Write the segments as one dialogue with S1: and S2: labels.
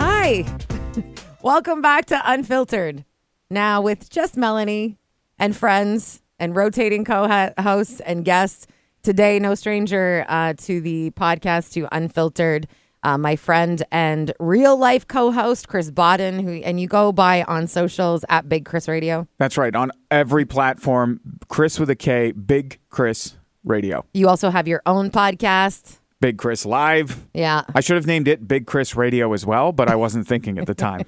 S1: Hi. Welcome back to Unfiltered. Now, with just Melanie and friends and rotating co hosts and guests, today, no stranger uh, to the podcast, to Unfiltered. Uh, my friend and real life co host, Chris Bodden, who, and you go by on socials at Big Chris Radio.
S2: That's right. On every platform, Chris with a K, Big Chris Radio.
S1: You also have your own podcast.
S2: Big Chris Live.
S1: Yeah.
S2: I should have named it Big Chris Radio as well, but I wasn't thinking at the time.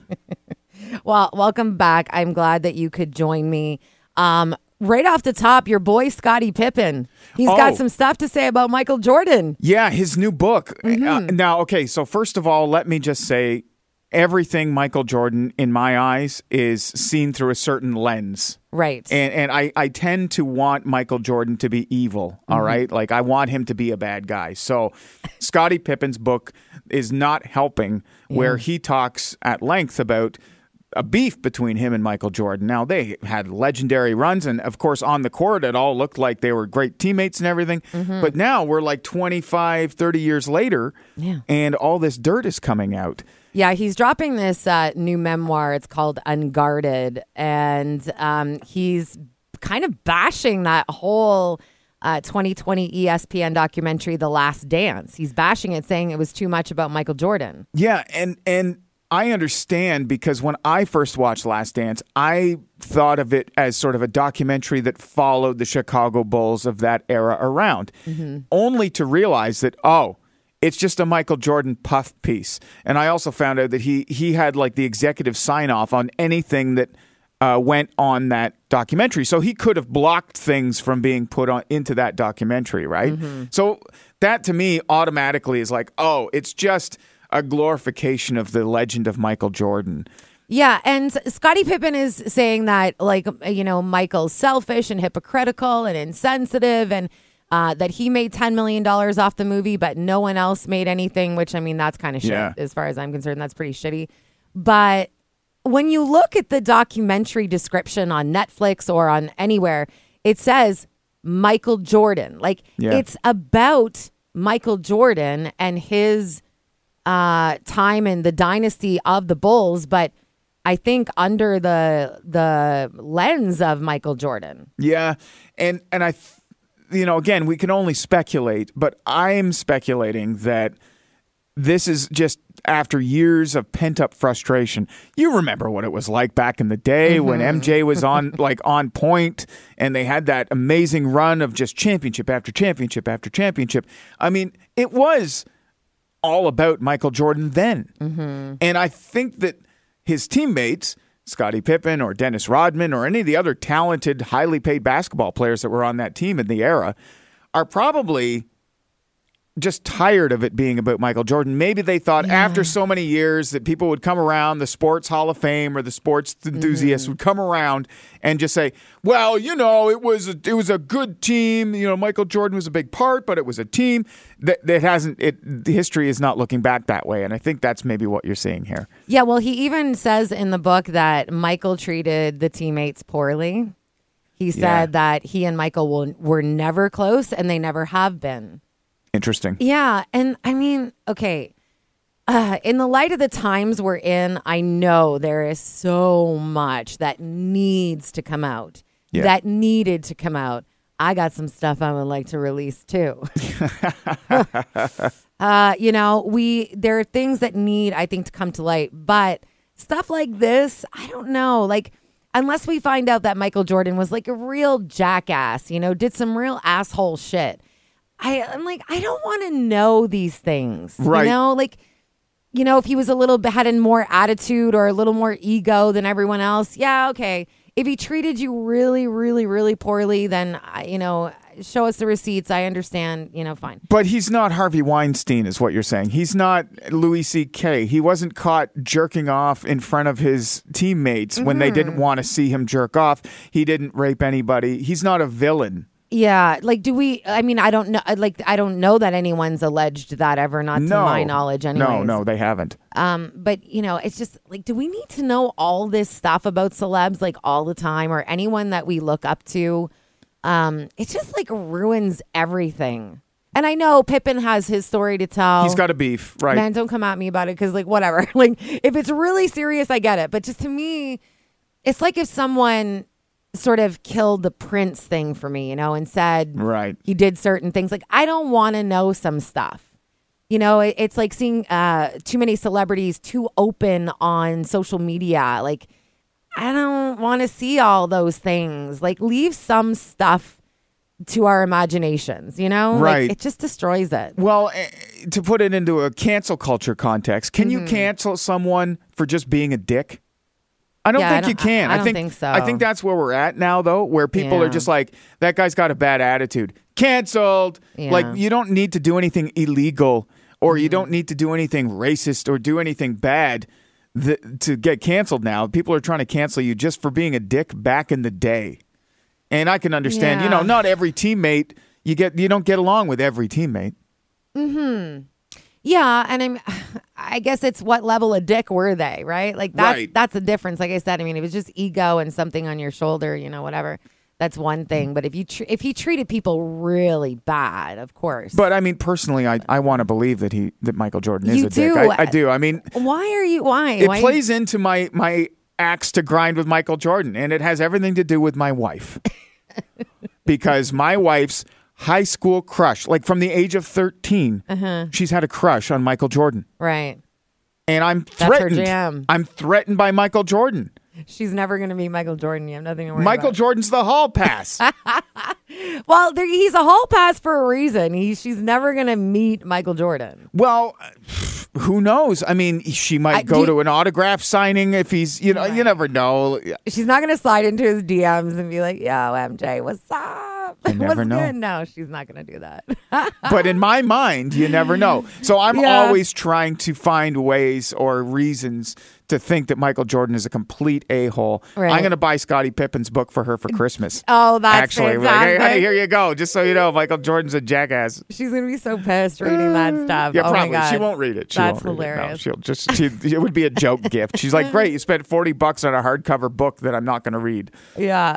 S1: Well, welcome back. I'm glad that you could join me. Um, right off the top, your boy Scottie Pippen. He's
S2: Oh.
S1: got some stuff to say about Michael Jordan.
S2: Yeah, his new book. Uh, now, okay, so first of all, let me just say everything Michael Jordan, in my eyes, is seen through a certain lens.
S1: Right.
S2: And, and I, I tend to want Michael Jordan to be evil, all right? Like, I want him to be a bad guy. So, Scottie Pippen's book is not helping, where he talks at length about a beef between him and Michael Jordan. Now, they had legendary runs, and of course, on the court, it all looked like they were great teammates and everything. But now we're like 25, 30 years later,
S1: Yeah.
S2: and all this dirt is coming out.
S1: yeah, he's dropping this uh, new memoir. It's called Unguarded. And um, he's kind of bashing that whole uh, 2020 ESPN documentary, The Last Dance. He's bashing it, saying it was too much about Michael Jordan.
S2: Yeah, and and I understand because when I first watched Last Dance, I thought of it as sort of a documentary that followed the Chicago Bulls of that era around, only to realize that oh, it's just a Michael Jordan puff piece. And I also found out that he he had like the executive sign off on anything that uh, went on that documentary. So he could have blocked things from being put on into that documentary, right? So that to me automatically is like, oh, it's just a glorification of the legend of Michael Jordan.
S1: Yeah, and Scottie Pippen is saying that like you know Michael's selfish and hypocritical and insensitive, and uh, that he made ten million dollars off the movie, but no one else made anything. Which I mean, that's kind of shit
S2: Yeah.
S1: as far as I'm concerned. That's pretty shitty. But when you look at the documentary description on Netflix or on anywhere, it says Michael Jordan. Like
S2: Yeah.
S1: it's about Michael Jordan and his uh, time in the dynasty of the Bulls, but I think under the the lens of Michael Jordan.
S2: Yeah, and and I, th- you know, again, we can only speculate, but I'm speculating that this is just after years of pent up frustration. You remember what it was like back in the day when MJ was on like on point, and they had that amazing run of just championship after championship after championship. I mean, it was all about Michael Jordan then. And I think that his teammates, Scottie Pippen or Dennis Rodman or any of the other talented, highly paid basketball players that were on that team in the era, are probably just tired of it being about Michael Jordan. Maybe they thought after so many years that people would come around, the Sports Hall of Fame or the sports enthusiasts would come around and just say, "Well, you know, it was a, it was a good team. You know, Michael Jordan was a big part, but it was a team that that hasn't. It the history is not looking back that way, and I think that's maybe what you're seeing here.
S1: Yeah, well, he even says in the book that Michael treated the teammates poorly. He said
S2: Yeah.
S1: that he and Michael will, were never close and they never have been.
S2: Interesting.
S1: Yeah, and I mean, okay. Uh, in the light of the times we're in, I know there is so much that needs to come out.
S2: Yeah.
S1: That needed to come out. I got some stuff I would like to release too. uh, you know, we there are things that need, I think, to come to light, but stuff like this, I don't know. Like, unless we find out that Michael Jordan was like a real jackass, you know, did some real asshole shit. I, I'm like, I don't want to know these things.
S2: Right.
S1: You know, like, you know, if he was a little bit, had a more attitude or a little more ego than everyone else, yeah, okay. If he treated you really, really, really poorly, then, I- you know, show us the receipts. I understand, you know, fine.
S2: But he's not Harvey Weinstein, is what you're saying. He's not Louis C.K. He wasn't caught jerking off in front of his teammates when they
S1: Mm-hmm.
S2: didn't want to see him jerk off. He didn't rape anybody. He's not a villain.
S1: Yeah, like do we? I mean, I don't know. uh, Like, I don't know that anyone's alleged that ever, not
S2: No,
S1: to my knowledge, anyway.
S2: No, no, they haven't.
S1: Um, but you know, it's just like, do we need to know all this stuff about celebs like all the time, or anyone that we look up to? Um, it just like ruins everything. And I know Pippin has his story to tell.
S2: He's got a beef, right?
S1: Oh. Man, don't come at me about it because, like, whatever. like, if it's really serious, I get it. But just to me, it's like if someone sort of killed the prince thing for me, you know, and said
S2: Right.
S1: he did certain things. Like, I don't want to know some stuff. You know, it, it's like seeing uh, too many celebrities too open on social media. Like, I don't want to see all those things. Like, leave some stuff to our imaginations, you know?
S2: Right.
S1: Like, it just destroys it.
S2: Well, eh, to put it into a cancel culture context, can
S1: Mm-hmm.
S2: you cancel someone for just being a dick? I don't
S1: Yeah, I
S2: think you
S1: don't- I-
S2: can.
S1: I don't
S2: think,
S1: think so.
S2: I think that's where we're at now, though, where people are
S1: Yeah.
S2: just like, "That guy's got a bad attitude." Canceled.
S1: Yeah. Mm-hmm.
S2: Like you don't need to do anything illegal, or you don't need to do anything racist, or do anything bad th- to get canceled. Now people are trying to cancel you just for being a dick back in the day, and I can understand. You
S1: Yeah.
S2: know, not every teammate you get you don't get along with every teammate.
S1: Yeah, and I'm I guess it's what level of dick were they, right? Like that's
S2: Right.
S1: that's the difference. Like I said, I mean, if it's just ego and something on your shoulder, you know, whatever. That's one thing, but if you tr- if he treated people really bad, of course.
S2: But I mean, personally, I, I want to believe that he that Michael Jordan is
S1: You
S2: a dick.
S1: do.
S2: I, I do. I mean,
S1: why are you why?
S2: it
S1: why
S2: plays into my my axe to grind with Michael Jordan, and it has everything to do with my wife, because my wife's high school crush, like from the age of 13
S1: Uh-huh.
S2: she's had a crush on Michael Jordan,
S1: right.
S2: and I'm
S1: her
S2: threatened.
S1: jam.
S2: I'm threatened by Michael Jordan.
S1: She's never going to be Michael Jordan. You have nothing to worry
S2: Michael
S1: about.
S2: Jordan's the hall pass.
S1: Well, there, he's a hall pass for a reason. He, she's never going to meet Michael Jordan.
S2: Well, who knows? I mean, she might
S1: I- do
S2: go
S1: you-
S2: to an autograph signing if he's, you know, you never know.
S1: She's not going to slide into his DMs and be like, "Yo, MJ, what's up?"
S2: You never
S1: what's
S2: know.
S1: good? No, she's not going to do that.
S2: but in my mind, you never know. So I'm
S1: Yeah.
S2: always trying to find ways or reasons to think that Michael Jordan is a complete a hole.
S1: Right.
S2: I'm going to buy Scottie Pippen's book for her for Christmas.
S1: Oh, that's
S2: Actually, Be like, hey,
S1: fantastic.
S2: hey, here you go. Just so you know, Michael Jordan's a jackass. Mm.
S1: She's gonna be so pissed reading that stuff.
S2: Yeah,
S1: oh
S2: probably.
S1: My God.
S2: She won't read it. She
S1: That's
S2: won't read it. No,
S1: hilarious.
S2: she'll just she, it would be a joke gift. She's like, "Great, you spent 40 bucks on a hardcover book that I'm not going to read."
S1: Yeah.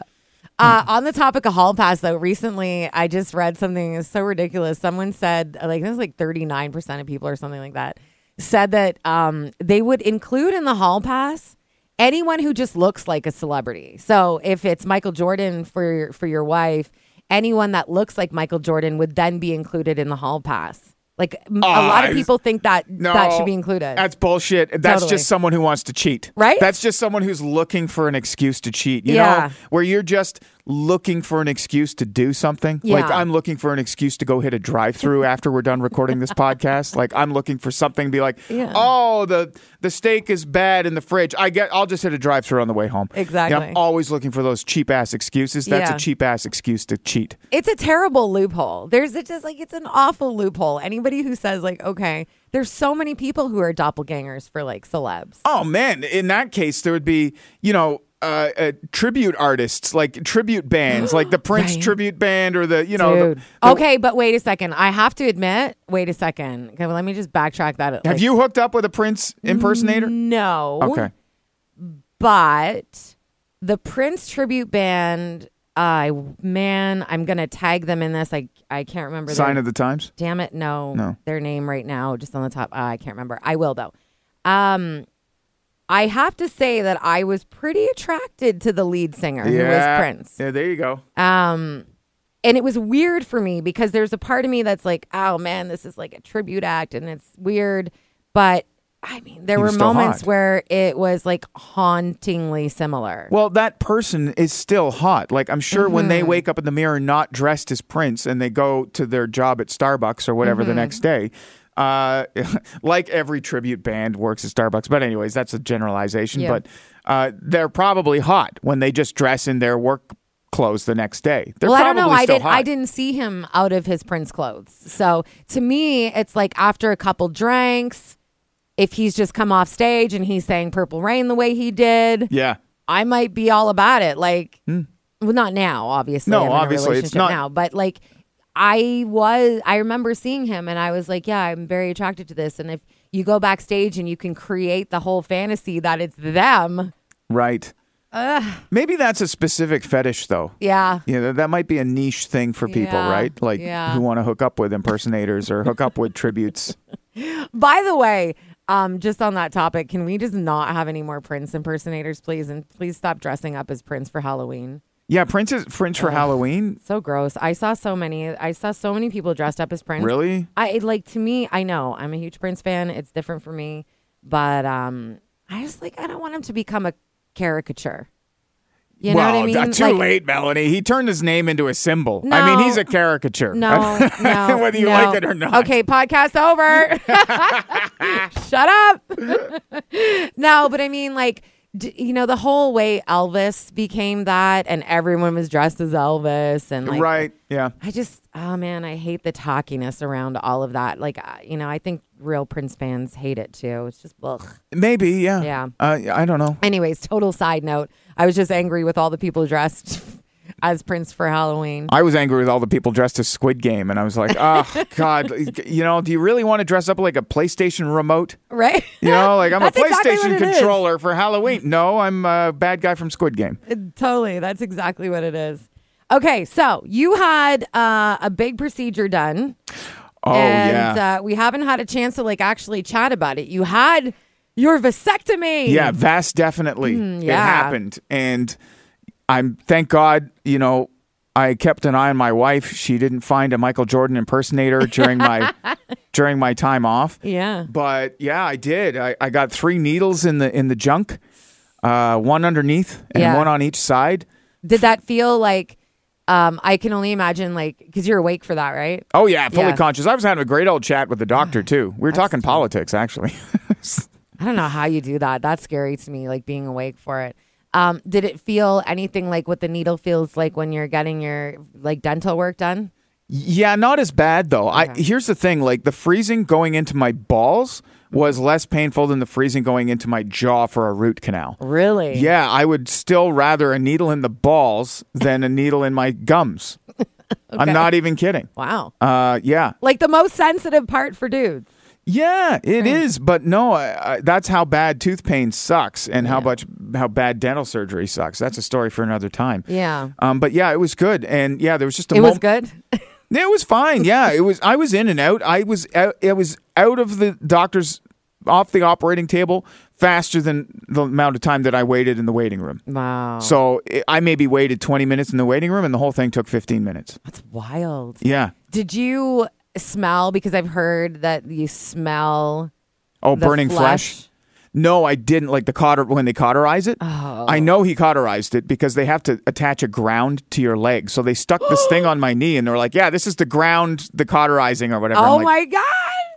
S1: Uh, on the topic of hall pass, though, recently I just read something that's so ridiculous. Someone said, like, this is like 39% of people or something like that, said that um, they would include in the hall pass anyone who just looks like a celebrity. So if it's Michael Jordan for your, for your wife, anyone that looks like Michael Jordan would then be included in the hall pass. Like m- a lot
S2: I-
S1: of people think that
S2: No,
S1: that should be included.
S2: That's bullshit. That's
S1: Totally.
S2: just someone who wants to cheat,
S1: Right?
S2: That's just someone who's looking for an excuse to cheat. You
S1: Yeah.
S2: know, where you're just looking for an excuse to do something. Like
S1: Yeah.
S2: I'm looking for an excuse to go hit a drive-through after we're done recording this podcast. Like I'm looking for something to be like,
S1: Yeah.
S2: oh, the the steak is bad in the fridge. I get. I'll just hit a drive-through on the way home. You know,
S1: Exactly.
S2: I'm always looking for those cheap ass excuses. That's
S1: Yeah.
S2: a cheap ass excuse to cheat.
S1: it's a terrible loophole. There's it's just like it's an awful loophole. Anybody who says like, okay, there's so many people who are doppelgangers for like celebs.
S2: Oh man, in that case, there would be you know. Uh, uh, tribute artists like tribute bands, like the Prince
S1: Right.
S2: tribute band, or the you know. The,
S1: Dude.
S2: the-
S1: okay, but wait a second. I have to admit, wait a second. Okay, well, let me just backtrack that.
S2: Have you hooked up with a Prince
S1: Mm,
S2: impersonator?
S1: No.
S2: Okay,
S1: But the Prince tribute band, I man, I'm gonna tag them in this. I I can't remember. their
S2: sign of the times.
S1: damn it, no,
S2: No.
S1: their name right now, just on the top. Uh, I can't remember. I will though. Um, I have to say that I was pretty attracted to the lead singer who was Prince.
S2: Yeah, there you go.
S1: Um, and it was weird for me because there's a part of me that's like, oh man, this is like a tribute act, and it's weird. But I mean, there
S2: He was
S1: were
S2: still
S1: moments
S2: hot.
S1: where it was like hauntingly similar.
S2: Well, that person is still hot. Like I'm sure when
S1: Mm-hmm.
S2: they wake up in the mirror not dressed as Prince and they go to their job at Starbucks or whatever
S1: Mm-hmm.
S2: the next day, uh, like every tribute band works at Starbucks. But anyways, that's a generalization.
S1: Yeah.
S2: But uh, they're probably hot when they just dress in their work clothes the next day. They're
S1: well, I don't
S2: probably
S1: know. I
S2: still
S1: didn't.
S2: hot.
S1: I didn't see him out of his prince clothes. So to me, it's like after a couple drinks, if he's just come off stage and he's saying "Purple Rain" the way he did,
S2: Yeah.
S1: I might be all about it. Like, well, not now, obviously.
S2: Hmm. No,
S1: I'm in a
S2: obviously, it's
S1: relationship
S2: not-
S1: now. But like, I was. I remember seeing him, and I was like, "Yeah, I'm very attracted to this." And if you go backstage and you can create the whole fantasy that it's them,
S2: Right. Maybe that's a specific fetish, though.
S1: Yeah.
S2: Yeah, that, that might be a niche thing for people,
S1: Yeah,
S2: right? Like
S1: yeah.
S2: who want to hook up with impersonators or hook up with tributes.
S1: By the way, um, just on that topic, can we just not have any more Prince impersonators, please? And please stop dressing up as Prince for Halloween.
S2: Yeah, Prince is Prince for Halloween.
S1: So gross. I saw so many. I saw so many people dressed up as Prince.
S2: Really?
S1: I like to me. I know I'm a huge Prince fan. It's different for me, but um, I just like I don't want him to become a caricature. You
S2: well,
S1: know what I mean?
S2: uh, too
S1: Like,
S2: late, Melanie. He turned his name into a symbol. I mean,
S1: No.
S2: he's a caricature.
S1: No, no.
S2: Whether you
S1: no.
S2: like it or not.
S1: Okay, podcast over. Shut up. no, but I mean, like, d- you know, the whole way Elvis became that, and everyone was dressed as Elvis, and like,
S2: right. Yeah.
S1: I just, oh man, I hate the talkiness around all of that. Like, uh, you know, I think real Prince fans hate it too. It's just, ugh.
S2: Maybe. Yeah.
S1: Yeah.
S2: Uh, I don't know.
S1: Anyways, total side note. I was just angry with all the people dressed as Prince for Halloween.
S2: I was angry with all the people dressed as Squid Game, and I was like, oh, God, you know, do you really want to dress up like a PlayStation remote?
S1: Right?
S2: You know, like I'm a
S1: That's exactly
S2: PlayStation
S1: what it is.
S2: controller for Halloween. No, I'm a bad guy from Squid Game.
S1: It- totally. That's exactly what it is. Okay, so you had uh, a big procedure done,
S2: Oh,
S1: and
S2: yeah.
S1: uh, we haven't had a chance to like actually chat about it. You had your vasectomy.
S2: yeah, vast definitely. It
S1: Mm, yeah.
S2: happened. And I'm, thank God, you know, I kept an eye on my wife. She didn't find a Michael Jordan impersonator during my during my time off.
S1: yeah.
S2: But yeah, I did. I, I got three needles in the in the junk, uh, one underneath and
S1: Yeah.
S2: one on each side.
S1: Did that feel like? Um, I can only imagine, like, because you're awake for that, right?
S2: Oh yeah, fully
S1: Yeah.
S2: conscious. I was having a great old chat with the doctor too. We were talking politics actually.
S1: I don't know how you do that. That's scary to me, like being awake for it. Um, did it feel anything like what the needle feels like when you're getting your like dental work done?
S2: yeah, not as bad though. I
S1: Okay.
S2: here's the thing: like the freezing going into my balls was less painful than the freezing going into my jaw for a root canal.
S1: Really?
S2: Yeah, I would still rather a needle in the balls than a needle in my gums. I'm not even kidding.
S1: Wow.
S2: Uh, yeah,
S1: Like the most sensitive part for dudes.
S2: Yeah,
S1: Hmm.
S2: it is, but no, I, I, that's how bad tooth pain sucks, and how much how bad dental surgery sucks. That's a story for another time.
S1: Yeah.
S2: Um, but yeah, it was good, and yeah, there was just a
S1: It was
S2: moment.
S1: good.
S2: It was fine. Yeah, it was. I was in and out. I was out. I was out of the doctor's off the operating table faster than the amount of time that I waited in the waiting room.
S1: Wow.
S2: So i I maybe waited twenty minutes in the waiting room, and the whole thing took fifteen minutes.
S1: That's wild.
S2: Yeah.
S1: Did you smell? Because I've heard that you smell
S2: Oh,
S1: the
S2: burning flesh. No, I didn't like the cauter when they cauterize it.
S1: Oh.
S2: I know he cauterized it because they have to attach a ground to your leg. So they stuck this thing on my knee and they're like, "Yeah, this is the ground, the cauterizing or whatever."
S1: Oh
S2: I'm like,
S1: my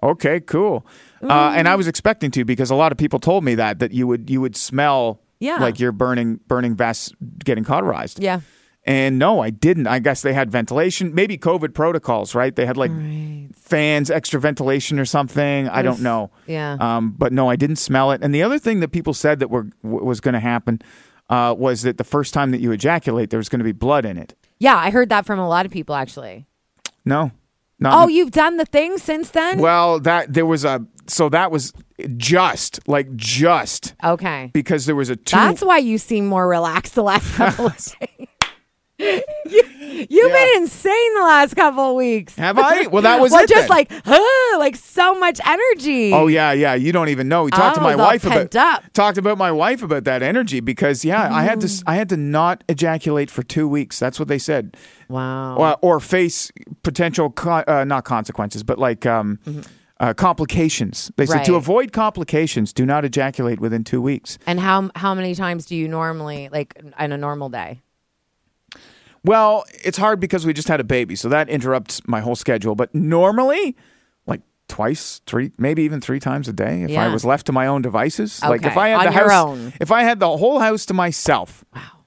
S1: God.
S2: "Okay, cool." Uh, and
S1: Mm-hmm.
S2: I was expecting to because a lot of people told me that that you would you would smell
S1: Yeah.
S2: like you're burning burning vests getting cauterized.
S1: Yeah.
S2: And no, I didn't. I guess they had ventilation, maybe COVID protocols, right? They had like
S1: Right.
S2: fans, extra ventilation or something. I don't know.
S1: Yeah.
S2: Um, but no, I didn't smell it. And the other thing that people said that were w- was going to happen uh, was that the first time that you ejaculate, there was going to be blood in it.
S1: Yeah. I heard that from a lot of people actually.
S2: No, not.
S1: Oh, you've done the thing since then?
S2: Um, well, that there was a so that was just like just
S1: Okay.
S2: because there was a two.
S1: That's why you seem more relaxed the last couple of days. you, you've
S2: Yeah.
S1: been insane the last couple of weeks.
S2: have I? Well, that was
S1: well,
S2: it
S1: just
S2: then.
S1: like, huh, like so much energy.
S2: Oh yeah, yeah. You don't even know. We talked to
S1: I
S2: my
S1: was all
S2: wife about
S1: Oh, pent up.
S2: talked about my wife about that energy because yeah, I had
S1: Mm-hmm.
S2: to s- I had to not ejaculate for two weeks. That's what they said.
S1: Wow.
S2: or, or face potential con- uh, not consequences, but like um, uh, complications. They said
S1: Mm-hmm.
S2: to
S1: Right.
S2: avoid complications, do not ejaculate within two weeks.
S1: And how how many times do you normally like on a normal day?
S2: Well, it's hard because we just had a baby, so that interrupts my whole schedule. But normally, like twice, three, maybe even three times a day, if I
S1: Yeah.
S2: was left to my own devices, like if
S1: Okay,
S2: I had
S1: on
S2: the
S1: your
S2: house,
S1: own.
S2: if I had the whole house to myself, wow,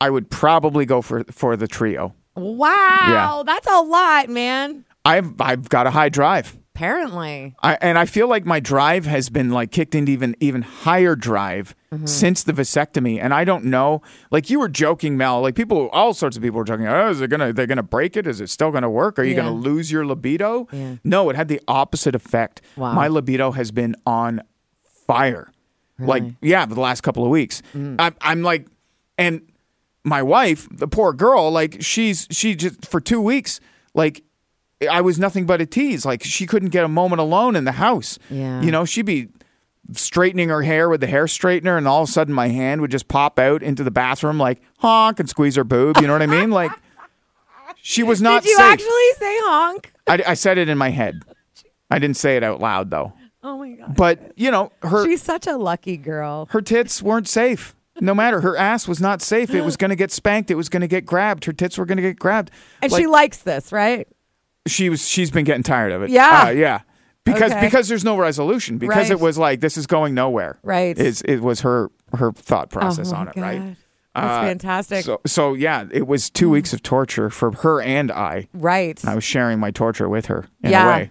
S2: I would probably go for for the trio.
S1: Wow, that's a lot, man.
S2: I've I've got a high drive.
S1: Apparently,
S2: I, and I feel like my drive has been like kicked into even even higher drive
S1: Mm-hmm.
S2: since the vasectomy, and I don't know. Like you were joking, Mel. Like people, all sorts of people were joking. Oh, is it gonna? They're gonna break it? Is it still gonna work? Are you
S1: Yeah.
S2: gonna lose your libido?
S1: Yeah.
S2: No, it had the opposite effect.
S1: Wow.
S2: My libido has
S1: Mm.
S2: been on fire. Like yeah, for the last couple of weeks, I'm, I'm like And my wife, the poor girl, like she's she just for two weeks, like I was nothing but a tease. Like she couldn't get a moment alone in the house.
S1: Yeah.
S2: You know, she'd be straightening her hair with the hair straightener and all of a sudden my hand would just pop out into the bathroom like honk and squeeze her boob. You know what I mean? Like she was not
S1: Did you
S2: safe.
S1: actually say honk?
S2: I, I said it in my head. I didn't say it out loud though.
S1: Oh my god.
S2: But you know, her
S1: She's such a lucky girl.
S2: her tits weren't safe. No matter her ass was not safe. It was going to get spanked. It was going to get grabbed. Her tits were going to get grabbed.
S1: And
S2: Like,
S1: she likes this, right?
S2: she was she's been getting tired of it.
S1: Yeah.
S2: Uh, yeah. Because
S1: Okay.
S2: because there's no resolution. Because
S1: Right.
S2: it was like this is going nowhere.
S1: Right.
S2: Is it was her her thought process
S1: Oh,
S2: on it.
S1: God. Mm.
S2: Right.
S1: That's
S2: Uh,
S1: fantastic.
S2: So so yeah, it was two weeks of torture for her and I.
S1: right.
S2: I was sharing my torture with her in
S1: yeah.
S2: a way.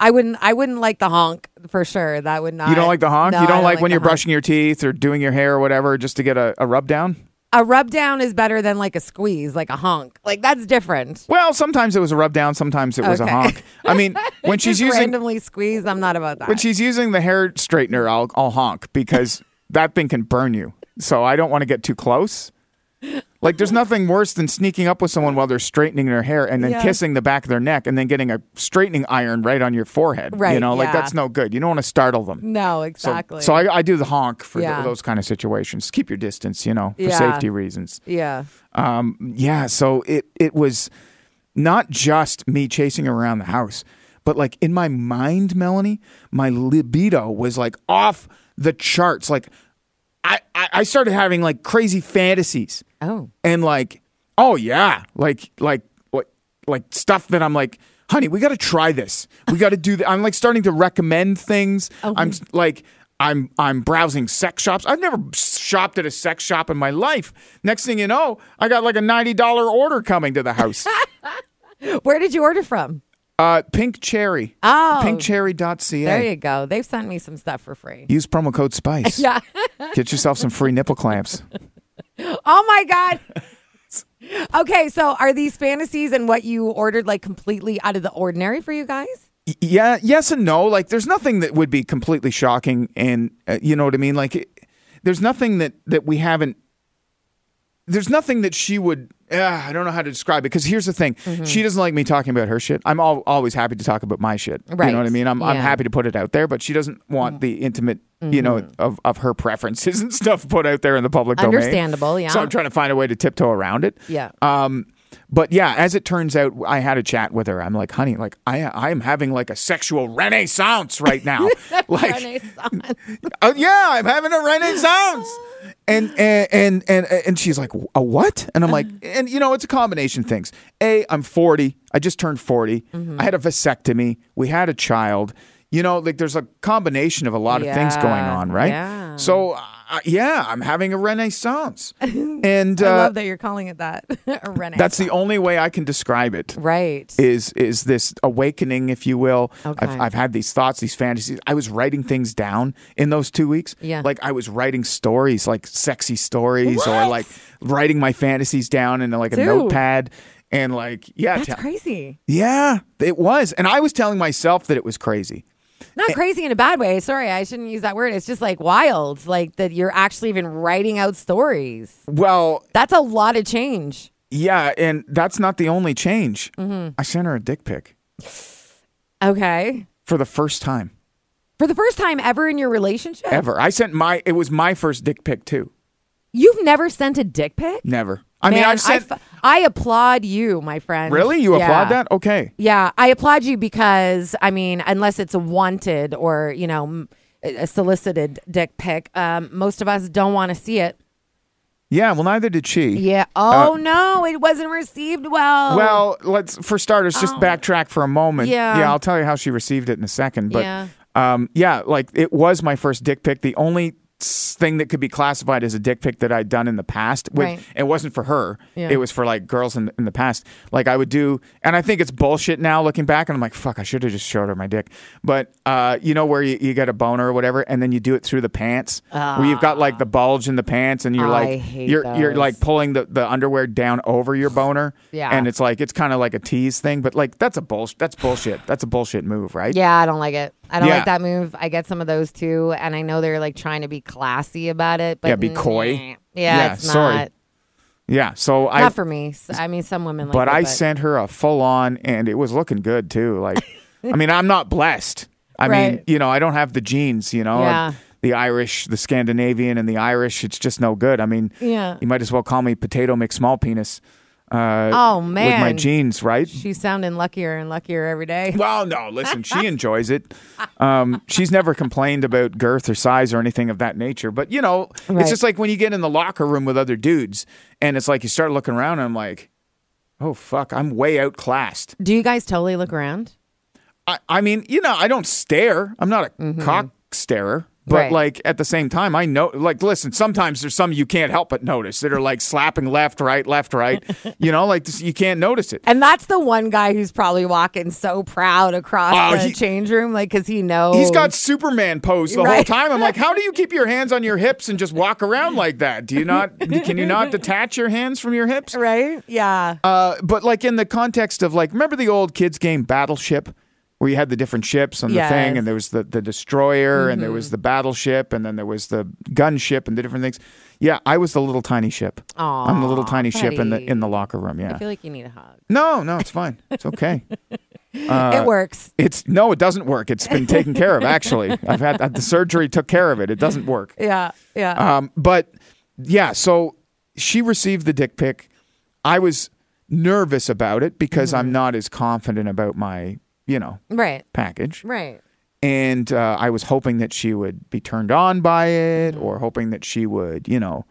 S1: I wouldn't I wouldn't like the honk for sure. That would not
S2: You don't like the honk?
S1: No,
S2: you don't,
S1: I
S2: like, when
S1: the
S2: you're
S1: honk.
S2: brushing your teeth or doing your hair or whatever just to get a, a rub down?
S1: A rub down is better than like a squeeze, like a honk. Like that's different.
S2: Well, sometimes it was a rub down, sometimes it was
S1: Okay.
S2: a honk. I mean, when she's
S1: Just
S2: using
S1: randomly squeeze, I'm not about that.
S2: when she's using the hair straightener, I'll I'll honk because that thing can burn you. So I don't want to get too close. Like there's nothing worse than sneaking up with someone while they're straightening their hair and then
S1: Yeah.
S2: kissing the back of their neck and then getting a straightening iron right on your forehead. You
S1: Right,
S2: know, like
S1: yeah.
S2: that's no good. You don't want to startle them.
S1: no,
S2: So,
S1: exactly.
S2: so I, I do the honk for th-
S1: Yeah.
S2: those kind of situations. Keep your distance, you know, for
S1: Yeah.
S2: safety reasons.
S1: yeah.
S2: Um, yeah, so it it was not just me chasing her around the house, but like in my mind, Melanie, my libido was like off the charts. Like I I, I started having like crazy fantasies
S1: Oh.
S2: and like oh yeah, like like like like stuff that I'm like. Honey, we got to try this. We got to do that. I'm like starting to recommend things. I'm s- like, I'm I'm browsing sex shops. I've never shopped at a sex shop in my life. Next thing you know, I got like a ninety dollar order coming to the house.
S1: Where did you order from?
S2: Uh, Pink Cherry.
S1: Oh.
S2: Pinkcherry.ca.
S1: There you go. They've sent me some stuff for free.
S2: Use promo code SPICE.
S1: Yeah.
S2: Get yourself some free nipple clamps.
S1: Oh my god. Okay, so are these fantasies and what you ordered like completely out of the ordinary for you guys?
S2: Y- yeah, yes and no. Like, there's nothing that would be completely shocking, and uh, you know what I mean. Like, it, there's nothing that that we haven't. There's nothing that she would. Uh, I don't know how to describe it because here's the thing:
S1: Mm-hmm.
S2: she doesn't like me talking about her shit. I'm al- always happy to talk about my shit. You
S1: Right.
S2: know what I mean? I'm I'm
S1: Yeah. Mm-hmm.
S2: happy to put it out there, but she doesn't want the intimate, you know, of of her preferences and stuff put out there in the public domain.
S1: Understandable, yeah.
S2: So I'm trying to find a way to tiptoe around it.
S1: Yeah.
S2: Um, but yeah, as it turns out, I had a chat with her. I'm like, honey, like I I am having like a sexual renaissance right now. like,
S1: Renaissance.
S2: oh yeah, I'm having a renaissance. And and and and and she's like, a what? And I'm like,
S1: Uh-huh.
S2: and you know, it's a combination of things. A, I'm 40. I just turned 40.
S1: Mm-hmm.
S2: I had a vasectomy. We had a child. You know, like there's a combination of a lot of things going
S1: Yeah,
S2: on, right?
S1: yeah.
S2: So uh, yeah, I'm having a renaissance. And uh,
S1: I love that you're calling it that. A renaissance.
S2: that's the only way I can describe it.
S1: right.
S2: Is is this awakening, if you will?
S1: Okay.
S2: I've, I've had these thoughts, these fantasies. I was writing things down in those two weeks.
S1: Yeah.
S2: like I was writing stories, like sexy stories, or
S1: What?
S2: like writing my fantasies down in like a
S1: Dude.
S2: notepad. And like, yeah,
S1: That's
S2: te-
S1: crazy.
S2: yeah, it was. And I was telling myself that it was crazy.
S1: Not crazy in a bad way. Sorry, I shouldn't use that word. It's just like wild, like that you're actually even writing out stories.
S2: Well,
S1: That's a lot of change.
S2: yeah, and that's not the only change.
S1: Mm-hmm.
S2: I sent her a dick pic
S1: Okay.
S2: for the first time
S1: For the first time ever in your relationship,
S2: ever. I sent my. It was my first dick pic too.
S1: you've never sent a dick pic?
S2: Never. I mean,
S1: Man,
S2: I've sent.
S1: I, f- I applaud you, my friend.
S2: Really? You
S1: Yeah.
S2: applaud that? Okay.
S1: Yeah, I applaud you because I mean, unless it's a wanted or you know m- a solicited dick pic, um, most of us don't want to see it.
S2: Yeah, well neither did she.
S1: Yeah. Oh no, it wasn't received well.
S2: Uh, Well, let's for starters just backtrack for a moment.
S1: Oh. Yeah.
S2: Yeah, I'll tell you how she received it in a second, but
S1: Yeah.
S2: um yeah, like it was my first dick pic. The only s- thing that could be classified as a dick pic that I'd done in the past. With,
S1: Right.
S2: It wasn't for her.
S1: Yeah.
S2: It was for like girls in, in the past. Like I would do, and I think it's bullshit now looking back. And I'm like, fuck, I should have just showed her my dick. But uh, you know where you, you get a boner or whatever, and then you do it through the pants, where you've got like the bulge in the pants, and you're
S1: Ah. I
S2: like,
S1: hate
S2: you're you're
S1: those.
S2: like pulling the, the underwear down over your boner.
S1: Yeah.
S2: And it's like it's kind of like a tease thing, but like that's a bullshit. That's bullshit. That's a bullshit move, right?
S1: yeah, I don't like it. I don't
S2: Yeah.
S1: like that move. I get some of those too, and I know they're like trying to be classy about it, but
S2: Yeah, be coy.
S1: Yeah,
S2: Yeah,
S1: it's
S2: sorry.
S1: not.
S2: Yeah. So I
S1: Not for me. S- I mean, some women like
S2: but
S1: it,
S2: I sent her a full on, and it was looking good too. Like, I mean, I'm not blessed. I mean,
S1: Right.
S2: you know, I don't have the genes. You know,
S1: Yeah.
S2: the Irish, the Scandinavian, and the Irish. It's just no good. I mean,
S1: Yeah.
S2: you might as well call me potato mix small penis. Uh,
S1: Oh,
S2: with my
S1: man.
S2: genes, right?
S1: She's sounding luckier and luckier every day.
S2: Well, no, listen, she enjoys it. Um, she's never complained about girth or size or anything of that nature. But, you know,
S1: Right.
S2: it's just like when you get in the locker room with other dudes and it's like you start looking around and I'm like, oh, fuck, I'm way outclassed.
S1: Do you guys totally look around?
S2: I, I mean, you know, I don't stare. I'm not a cock starer. But
S1: Mm-hmm. Right.
S2: like at the same time, I know. Like, listen, sometimes there's some you can't help but notice that are like slapping left, right, left, right. you know, like this, you can't notice it.
S1: And that's the one guy who's probably walking so proud across
S2: Oh,
S1: the
S2: he-
S1: change room, like, because he knows
S2: He's got Superman pose the whole
S1: Right.
S2: time. I'm like, how do you keep your hands on your hips and just walk around like that? Do you not? Can you not detach your hands from your hips?
S1: right. Yeah,
S2: Uh, but like in the context of like, remember the old kids game Battleship, where you had the different ships and the
S1: Yes. Mm-hmm.
S2: thing, and there was the the destroyer, and there was the battleship, and then there was the gunship, and the different things. Yeah, I was the little tiny ship. I'm the little
S1: Aw,
S2: tiny ship in the
S1: buddy.
S2: in the locker room. Yeah.
S1: I feel like you need a hug.
S2: no, no, it's fine. It's okay. Uh,
S1: it works.
S2: It's no, it doesn't work. It's been taken care of. Actually, I've had uh, the surgery took care of it. It doesn't work.
S1: Yeah, yeah.
S2: Um, but yeah, so she received the dick pic. I was nervous about it because
S1: Mm-hmm.
S2: I'm not as confident about my, you know,
S1: right,
S2: package.
S1: right.
S2: And uh, I was hoping that she would be turned on by it,
S1: Mm-hmm.
S2: or hoping that she would, you know,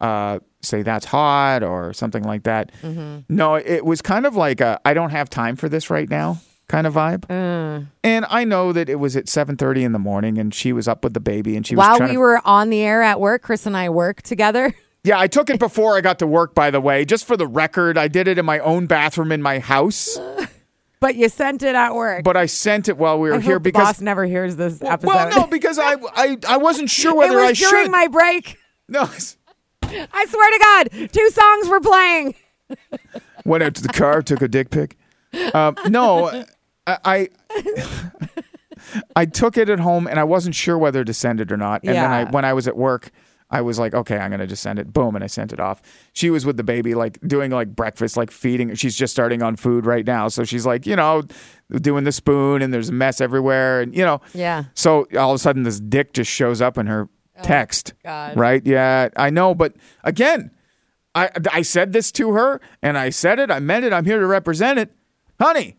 S2: uh, say that's hot or something like that.
S1: Mm-hmm.
S2: No, it was kind of like a I don't have time for this right now kind of vibe.
S1: Mm.
S2: And I know that it was at 7:30 in the morning, and she was up with the baby, and she was
S1: While
S2: trying
S1: we
S2: to
S1: were on the air at work, Chris and I worked together.
S2: yeah, I took it before I got to work, by the way. Just for the record, I did it in my own bathroom in my house,
S1: But you sent it at work.
S2: but I sent it while we were
S1: I
S2: here
S1: hope the boss
S2: because.
S1: never hears this episode.
S2: Well, no, because I, I, I wasn't sure
S1: it
S2: whether
S1: was
S2: I
S1: during
S2: should.
S1: my break.
S2: no,
S1: I swear to God, two songs were playing.
S2: went out to the car, took a dick pic. Um, no, I, I, I took it at home, and I wasn't sure whether to send it or not. And then I,
S1: Yeah.
S2: when I was at work, I was like, okay, I'm gonna just send it. Boom, and I sent it off. She was with the baby, like doing like breakfast, like feeding. She's just starting on food right now, so she's like, you know, doing the spoon, and there's a mess everywhere, and you know,
S1: Yeah. Oh,
S2: so all of a sudden, this dick just shows up in her text.
S1: God.
S2: Right? Yeah, I know. But again, I I said this to her, and I said it. I meant it. I'm here to represent it, honey.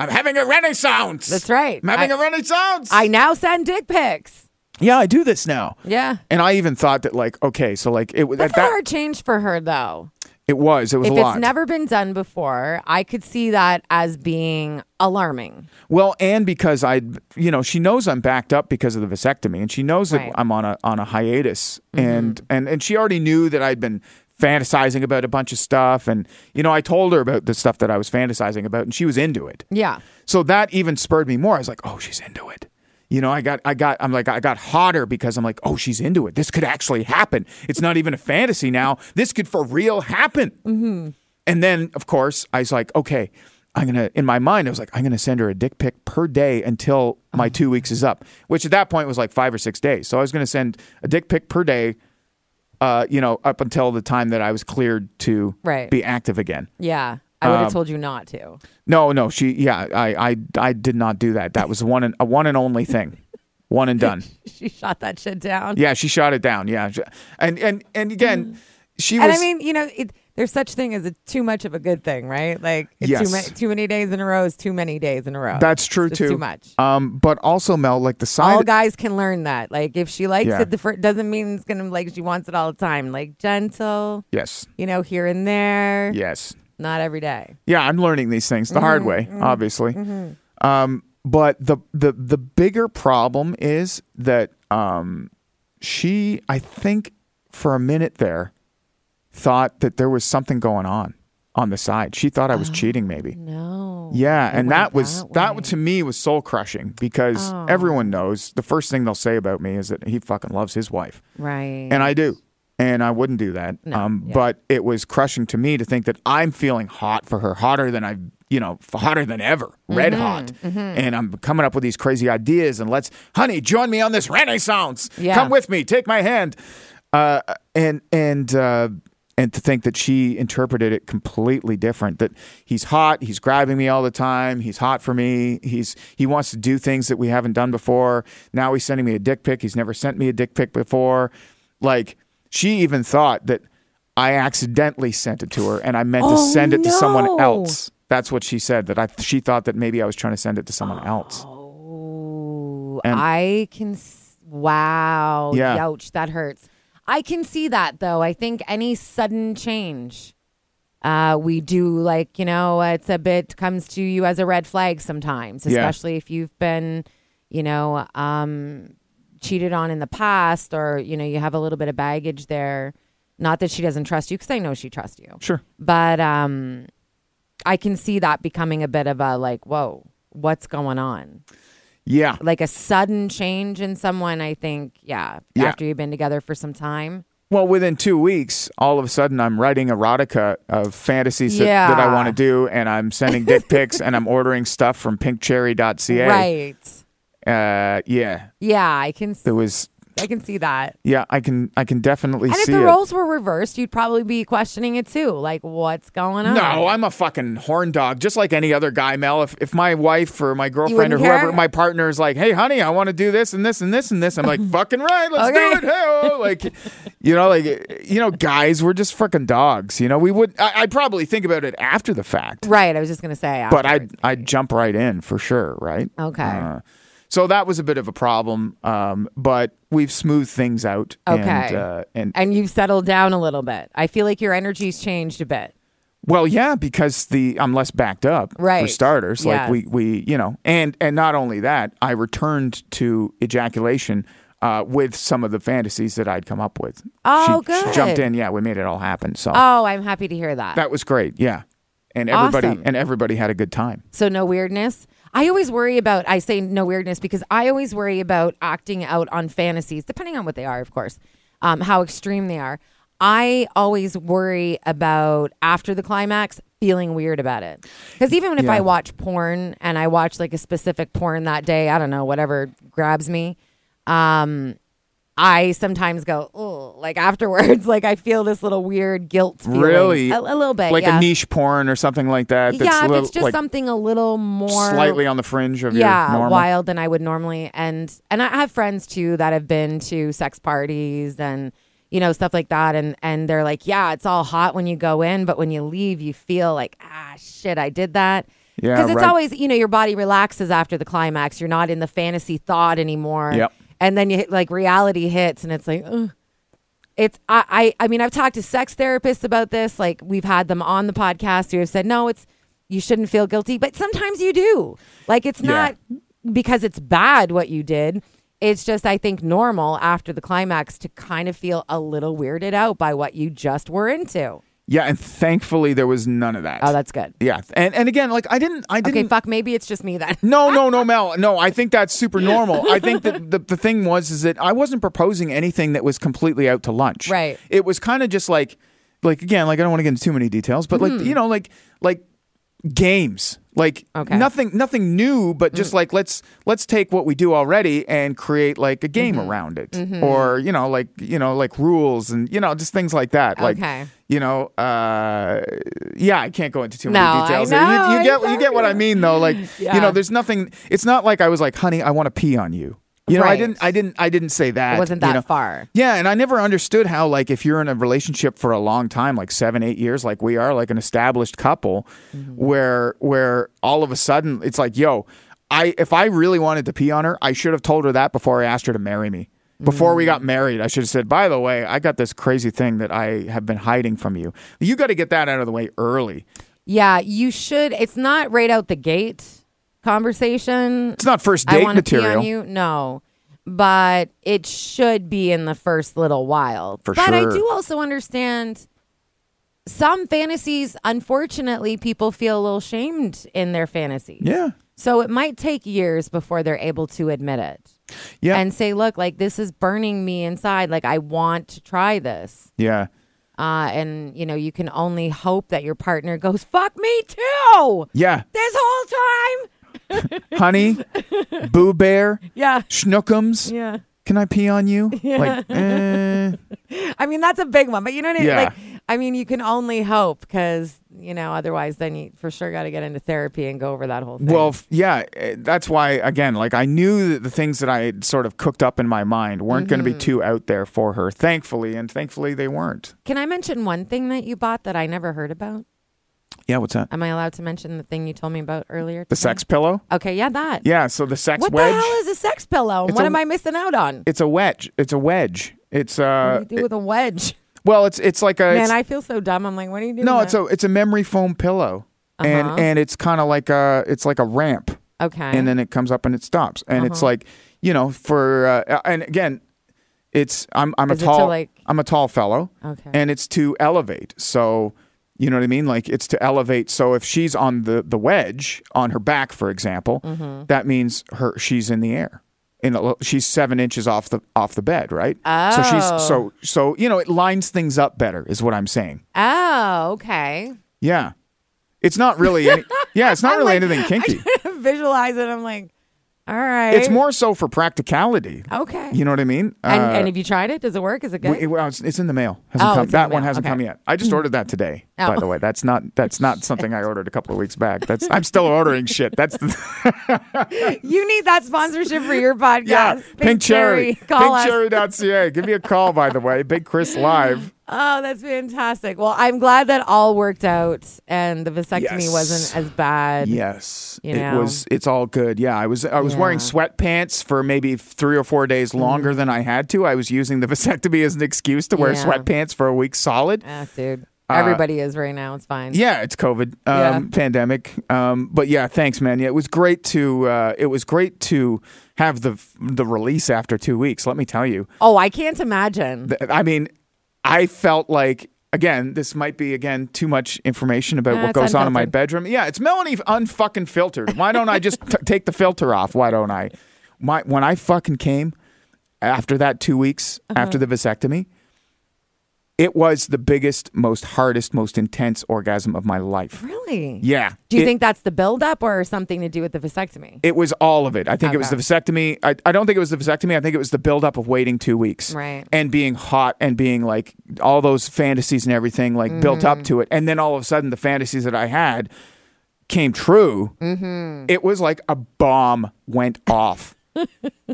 S2: I'm having a renaissance.
S1: That's right.
S2: I'm having a
S1: I-
S2: renaissance.
S1: I now send dick pics.
S2: yeah, I do this now.
S1: Yeah.
S2: And I even thought that, like, okay, so like it was
S1: That's
S2: that,
S1: a
S2: that
S1: hard change for her, though.
S2: it was it was
S1: If
S2: a
S1: it's
S2: lot.
S1: never been done before, I could see that as being alarming.
S2: Well, and because I, you know, she knows I'm backed up because of the vasectomy, and she knows that
S1: Right. Mm-hmm.
S2: I'm on a on a hiatus, and and and she already knew that I'd been fantasizing about a bunch of stuff, and you know, I told her about the stuff that I was fantasizing about, and she was into it.
S1: Yeah.
S2: So that even spurred me more. I was like, oh, she's into it. You know, I got, I got, I'm like, I got hotter because I'm like, oh, she's into it. This could actually happen. It's not even a fantasy now. This could for real happen. And then, of course, I was like, okay, I'm going to, in my mind, I was like, I'm going to send her a dick pic per day until my two weeks is up, which at that point was like five or six days. So I was going to send a dick pic per day, uh, you know, up until the time that I was cleared to
S1: Right.
S2: be active again.
S1: Yeah. I would
S2: Um,
S1: have told you not to.
S2: No, no, she. Yeah, I, I, I did not do that. That was one and a one and only thing, one and done.
S1: She shot that shit down.
S2: Yeah, she shot it down. Yeah, She- and and and again, she was.
S1: Mm-hmm. And I mean, you know, it, there's such thing as a, too much of a good thing, right? Like it's
S2: Yes.
S1: too, ma- too many days in a row is too many days in a row.
S2: that's true
S1: It's
S2: too.
S1: Too much.
S2: Um, but also Mel, like the side.
S1: all guys can learn that. Like if she likes
S2: Yeah.
S1: it, the first doesn't mean it's gonna like she wants it all the time. Like gentle,
S2: yes,
S1: you know, here and there,
S2: yes,
S1: not every day.
S2: yeah. I'm learning these things the hard
S1: Mm-hmm,
S2: way, obviously. Um, but the the the bigger problem is that um, she, I think, for a minute there, thought that there was something going on on the side. She thought I was cheating, maybe.
S1: No.
S2: Yeah,
S1: Oh. It went
S2: and that was
S1: that
S2: that,
S1: way.
S2: to me was soul crushing because
S1: Oh.
S2: everyone knows the first thing they'll say about me is that he fucking loves his wife,
S1: Right.
S2: and I do, and I wouldn't do that.
S1: No,
S2: um,
S1: yeah.
S2: But it was crushing to me to think that I'm feeling hot for her, hotter than I, you know, f- hotter than ever, red
S1: Mm-hmm.
S2: hot, and I'm coming up with these crazy ideas. And let's, honey, join me on this renaissance.
S1: Yeah.
S2: Come with me, take my hand, uh, and and uh, and to think that she interpreted it completely different that he's hot he's grabbing me all the time he's hot for me he's he wants to do things that we haven't done before now he's sending me a dick pic he's never sent me a dick pic before like she even thought that i accidentally sent it to her and i meant to
S1: Oh,
S2: send it to
S1: no.
S2: someone else that's what she said that I, she thought that maybe i was trying to send it to someone else
S1: Oh,
S2: And-
S1: I can. s- Wow.
S2: Yeah.
S1: Ouch. That hurts. I can see that though. I think any sudden change, uh, we do like you know, it's a bit comes to you as a red flag sometimes,
S2: Yeah.
S1: especially if you've been, you know, um, cheated on in the past, or you know, you have a little bit of baggage there. Not that she doesn't trust you, because I know she trusts you
S2: sure
S1: but um i can see that becoming a bit of a like whoa what's going on
S2: yeah
S1: like a sudden change in someone i think yeah,
S2: Yeah.
S1: after you've been together for some time
S2: Well, within two weeks, all of a sudden, I'm writing erotica of fantasies that,
S1: Yeah.
S2: that I want to do, and I'm sending dick pics, and I'm ordering stuff from pinkcherry.ca.
S1: right
S2: Uh, yeah,
S1: yeah i can s-
S2: there was.
S1: i can see that
S2: Yeah, I can. I can definitely
S1: and if
S2: see
S1: the
S2: it.
S1: roles were reversed you'd probably be questioning it too like what's going on
S2: no, I'm a fucking horn dog, just like any other guy, Mel. If if my wife or my girlfriend or
S1: wouldn't care?
S2: whoever, my partner is like, "Hey, honey, I want to do this and this and this and this," I'm like, "Fucking right, let's
S1: Okay.
S2: do it." Hey, oh," like, you know, like you know, guys, we're just fucking dogs. You know, we would. I, I'd probably think about it after the fact.
S1: right i was just gonna say
S2: but I'd
S1: afterwards.
S2: I'd jump right in for sure, right?
S1: Okay.
S2: Uh, so that was a bit of a problem, um, but we've smoothed things out.
S1: Okay.
S2: And, uh, and
S1: and you've settled down a little bit i feel like your energy's changed a bit
S2: well, yeah, because the I'm less backed up for
S1: Right. Yes.
S2: starters. Like we we you know, and and not only that, I returned to ejaculation. Uh, with some of the fantasies that I'd come up with.
S1: Oh,
S2: she, She jumped
S1: good.
S2: in. Yeah, we made it all happen. So
S1: oh i'm happy to hear that
S2: that was great. Yeah, and everybody
S1: Awesome.
S2: and everybody had a good time.
S1: So no weirdness. I always worry about I say no weirdness because I always worry about acting out on fantasies, depending on what they are, of course, um, how extreme they are. I always worry about after the climax feeling weird about it. Because even if
S2: Yeah.
S1: I watch porn and I watch like a specific porn that day, I don't know, whatever grabs me, um, I sometimes go, oh, like afterwards, like I feel this little weird guilt feeling.
S2: Really?
S1: A, a little bit.
S2: like
S1: yeah
S2: a niche porn or something like that.
S1: yeah, if
S2: little-
S1: it's just
S2: like,
S1: something a little more
S2: slightly on the fringe of
S1: yeah,
S2: your normal.
S1: wild than I would normally. And and I have friends too that have been to sex parties and you know stuff like that, and and they're like, yeah, it's all hot when you go in, but when you leave, you feel like ah shit, I did that.
S2: Yeah,
S1: because it's
S2: right.
S1: always you know your body relaxes after the climax. You're not in the fantasy thought anymore.
S2: Yep.
S1: And then you hit like reality hits, and it's like. Ugh. It's I, I I mean I've talked to sex therapists about this. Like we've had them on the podcast who have said no, it's you shouldn't feel guilty, but sometimes you do. Like it's
S2: Yeah.
S1: not because it's bad what you did. It's just I think normal after the climax to kind of feel a little weirded out by what you just were into.
S2: Yeah, and thankfully there was none of that.
S1: Oh, that's good.
S2: yeah, and and again, like I didn't, I
S1: Okay,
S2: didn't.
S1: fuck. Maybe it's just me then.
S2: no, no, no, Mel. No, I think that's super normal. I think that the, the thing was is that I wasn't proposing anything that was completely out to lunch.
S1: Right.
S2: It was kind of just like, like again, like I don't want to get into too many details, but
S1: Hmm.
S2: like you know, like like games, like
S1: Okay. Hmm.
S2: nothing, nothing new, but just like let's let's take what we do already and create like a game
S1: Mm-hmm.
S2: around it, or you know, like you know, like rules and you know, just things like that. Like
S1: Okay.
S2: you know, uh, yeah, I can't go into too
S1: No,
S2: many
S1: I
S2: details.
S1: know,
S2: you, you get you
S1: exactly.
S2: get what I mean though. Like
S1: Yeah.
S2: you know, there's nothing. It's not like I was like, honey, I want to pee on you. You know, I
S1: Right.
S2: didn't, I didn't, I didn't say that.
S1: It wasn't
S2: you
S1: that
S2: know?
S1: far.
S2: Yeah, and I never understood how like if you're in a relationship for a long time, like seven, eight years, like we are, like an established couple,
S1: Mm-hmm.
S2: where where all of a sudden it's like, yo, I if I really wanted to pee on her, I should have told her that before I asked her to marry me. Before we
S1: Mm.
S2: got married, I should have said, by the way, I got this crazy thing that I have been hiding from you. You got to get that out of the way early.
S1: Yeah, you should. It's not right out the gate conversation.
S2: It's not first
S1: I
S2: date
S1: want to pee
S2: material.
S1: on you. No, but it should be in the first little while.
S2: For
S1: but I
S2: sure.
S1: do also understand some fantasies. Unfortunately, people feel a little shamed in their fantasies.
S2: Yeah.
S1: So it might take years before they're able to admit it
S2: Yeah.
S1: and say, "Look, like this is burning me inside. Like I want to try this."
S2: yeah.
S1: Uh, and you know, you can only hope that your partner goes, "Fuck me too."
S2: Yeah.
S1: This whole time.
S2: Honey, Boo Bear,
S1: Yeah.
S2: Schnookums,
S1: Yeah.
S2: can I pee on you? Like, eh.
S1: I mean, that's a big one, but you know what I mean?
S2: Yeah.
S1: Like, I mean, you can only hope because, you know, otherwise then you for sure got to get into therapy and go over that whole thing.
S2: Well, f- yeah, eh, that's why again, like I knew that the things that I had sort of cooked up in my mind weren't going
S1: Mm-hmm.
S2: to be too out there for her, thankfully, and thankfully they weren't.
S1: can I mention one thing that you bought that I never heard about?
S2: Yeah, what's that?
S1: Am I allowed to mention the thing you told me about earlier?
S2: The
S1: today?
S2: sex pillow?
S1: Okay, yeah, that.
S2: Yeah, so the sex
S1: What
S2: wedge.
S1: the hell is a sex pillow? And
S2: It's
S1: what
S2: a-
S1: am I missing out on?
S2: it's a wedge. It's a wedge. It's uh
S1: what do you do with a wedge?
S2: well, it's it's like a it's-
S1: Man, I feel so dumb. I'm like, what are you doing?
S2: No, it's a it's a memory foam pillow.
S1: Uh-huh.
S2: And and it's kind of like a it's like a ramp
S1: okay.
S2: and then it comes up and it stops. And it's
S1: Uh-huh.
S2: like, you know, for uh, and again, it's I'm I'm
S1: Is
S2: a
S1: it to,
S2: tall
S1: like-
S2: I'm a tall fellow.
S1: Okay.
S2: And it's to elevate. So you know what I mean? Like it's to elevate. So if she's on the the wedge on her back, for example,
S1: Mm-hmm.
S2: that means her she's in the air. In a, lo- she's seven inches off the off the bed, right? So
S1: Oh.
S2: she's so so you know it lines things up better, is what I'm saying.
S1: oh, okay.
S2: Yeah, it's not really any, yeah, it's not really
S1: like-
S2: anything kinky.
S1: Visualize it. I'm like, all right.
S2: It's more so for practicality.
S1: Okay.
S2: You know what I mean?
S1: and,
S2: Uh,
S1: and have you tried it? Does it work? Is it good?
S2: we- well, it's, it's in the mail. Hmm. Hasn't
S1: Oh,
S2: come.
S1: it's in the
S2: That one
S1: mail.
S2: hasn't
S1: Okay.
S2: come yet. I just ordered that today.
S1: Oh.
S2: By the way, that's not that's not something I ordered a couple of weeks back. That's I'm still ordering shit. That's the,
S1: you need that sponsorship for your podcast.
S2: yeah. Pink, cherry.
S1: Call us.
S2: Pinkcherry.ca. Give me a call. By the way, Big Chris Live.
S1: Oh, that's fantastic. Well, I'm glad that all worked out and the vasectomy
S2: Yes.
S1: wasn't as bad.
S2: Yes,
S1: You
S2: it
S1: know.
S2: was. It's all good. Yeah, Mm-hmm. I was. I was
S1: Yeah.
S2: wearing sweatpants for maybe three or four days longer than I had to. I was using the vasectomy as an excuse to wear
S1: Yeah.
S2: sweatpants for a week solid.
S1: Ah, dude. Everybody is right now. It's fine.
S2: Uh, Yeah, it's COVID um,
S1: Yeah.
S2: pandemic. Um, but yeah, thanks, man. Yeah, it was great to. Uh, it was great to have the the release after two weeks. Let me tell you.
S1: Oh, I can't imagine.
S2: Th- I mean, I felt like again, this might be again too much information about
S1: Nah,
S2: what
S1: it's
S2: goes on in my
S1: unfiltered.
S2: bedroom. Yeah, it's Melanie unfucking filtered. Why don't I just t- take the filter off? Why don't I? My when I fucking came after that two weeks
S1: Uh-huh.
S2: after the vasectomy, it was the biggest, most hardest, most intense orgasm of my life.
S1: Really?
S2: Yeah.
S1: Do you
S2: It-
S1: think that's the buildup or something to do with the vasectomy?
S2: It was all of it. I think it was
S1: Okay.
S2: the vasectomy. I, I don't think it was the vasectomy. I think it was the buildup of waiting two weeks.
S1: Right.
S2: And being hot and being like all those fantasies and everything like built
S1: Mm-hmm.
S2: up to it. And then all of a sudden the fantasies that I had came true. Mm-hmm. It was like a bomb went off.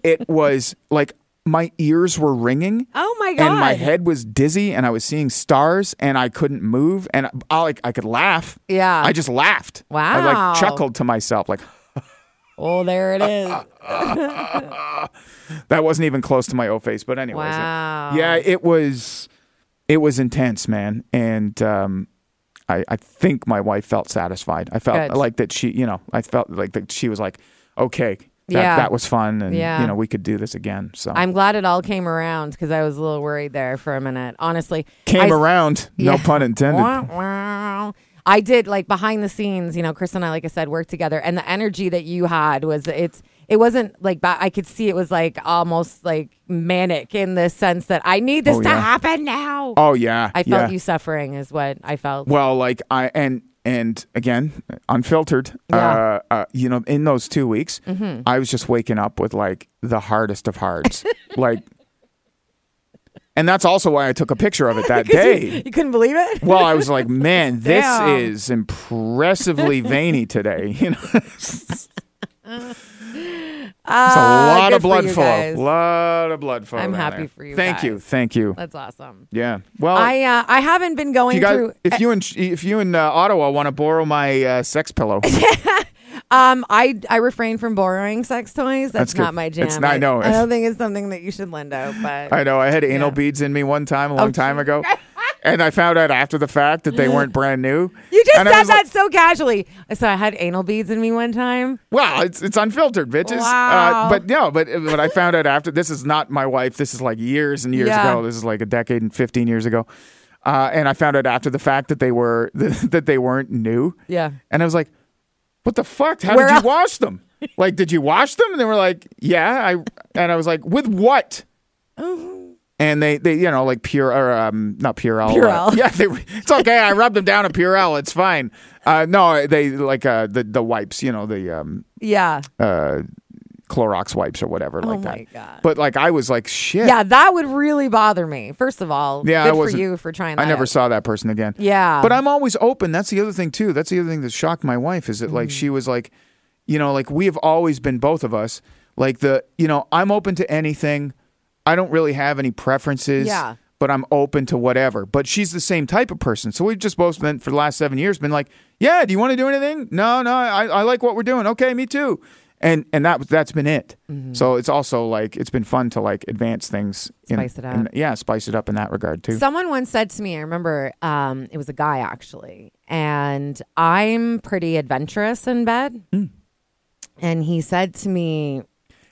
S2: it was like my ears were ringing.
S1: Oh my
S2: And my
S1: God.
S2: head was dizzy and I was seeing stars and I couldn't move and I like I could laugh.
S1: Yeah.
S2: I just laughed. I
S1: Wow.
S2: like chuckled to myself like
S1: Oh, there it
S2: Uh,
S1: is.
S2: That wasn't even close to my O face, but anyways. it-
S1: Wow.
S2: yeah, it was it was intense, man. And um I, I think my wife felt satisfied. I felt
S1: Good.
S2: like that she, you know, I felt like that she was like, okay, that,
S1: Yeah.
S2: that was fun and
S1: Yeah.
S2: you know, we could do this again. So
S1: I'm glad it all came around because I was a little worried there for a minute. Honestly,
S2: came
S1: I-
S2: around, no
S1: Yeah.
S2: pun intended.
S1: Wah, wah. I did like behind the scenes, you know, Chris and I, like I said, worked together, and the energy that you had was it's it wasn't like ba- I could see it was like almost like manic in the sense that I need this
S2: Oh,
S1: to
S2: yeah.
S1: happen now.
S2: Oh yeah.
S1: I felt
S2: yeah.
S1: you suffering is what I felt.
S2: Well, like I and and again, unfiltered.
S1: Yeah. Mm-hmm.
S2: Uh, uh, you know, in those two weeks, I was just waking up with like the hardest of hards, like. And that's also why I took a picture of it that day.
S1: You couldn't believe it.
S2: Well, I was like, man, this
S1: Damn.
S2: is impressively veiny today. You know, it's a lot
S1: Uh, good
S2: of
S1: for
S2: blood
S1: you
S2: flow.
S1: guys.
S2: Lot of blood flow.
S1: I'm
S2: down
S1: happy
S2: there.
S1: for you
S2: Thank you.
S1: guys.
S2: Thank you.
S1: That's awesome.
S2: Yeah. Well,
S1: I uh, I haven't been going
S2: Oh. you guys,
S1: through.
S2: if you and if you in uh, Ottawa want to borrow my uh, sex pillow, that's,
S1: Um, I I refrain from borrowing sex toys. That's,
S2: good.
S1: not my jam.
S2: It's not- I know.
S1: I don't think it's something that you should lend out. But
S2: I know I had anal
S1: Yeah.
S2: beads in me one time a long time ago, and I found out after the fact that they weren't brand new.
S1: Mm. You just
S2: And I
S1: said
S2: was
S1: that
S2: Like,
S1: so casually. So I had anal beads in me one time.
S2: well, it's it's unfiltered, bitches.
S1: Wow.
S2: Uh, but no, but but I found out after this is not my wife. This is like years and years
S1: Yeah.
S2: ago. This is like a decade and fifteen years ago. Uh, and I found out after the fact that they were that they weren't new.
S1: Yeah.
S2: And I was like, "What the fuck? How
S1: Where
S2: did you
S1: else-
S2: wash them? like, did you wash them?" And they were like, "Yeah." I and I was like, "With what?"
S1: Mm-hmm.
S2: And they, they, you know, like pure or um, not Purell. uh,
S1: Purell.
S2: yeah, they, it's okay. I rubbed them down in Purell. It's fine. Uh, no, they like uh, the the wipes. You know, the um,
S1: Yeah.
S2: uh, Clorox wipes or whatever like that.
S1: Oh my God.
S2: But like I was like shit.
S1: Yeah, that would really bother me. First of all,
S2: Yeah, I
S1: good for
S2: wasn't-
S1: you for trying. That
S2: I never
S1: out.
S2: saw that person again.
S1: Yeah,
S2: But I'm always open. That's the other thing too. That's the other thing that shocked my wife is that like she was like, you know, like we have always been both of us like the, you know, I'm open to anything. I don't really have any preferences.
S1: Yeah.
S2: But I'm open to whatever. But she's the same type of person. So we've just both been for the last seven years been like, yeah, do you want to do anything? No, no, I, I like what we're doing. Okay, me too. And and that that's been it.
S1: Mm-hmm.
S2: So it's also like it's been fun to like advance things. in-
S1: Spice it up.
S2: in- yeah, spice it up in that regard too.
S1: Someone once said to me, I remember um, it was a guy actually, and I'm pretty adventurous in bed.
S2: Hmm.
S1: And he said to me,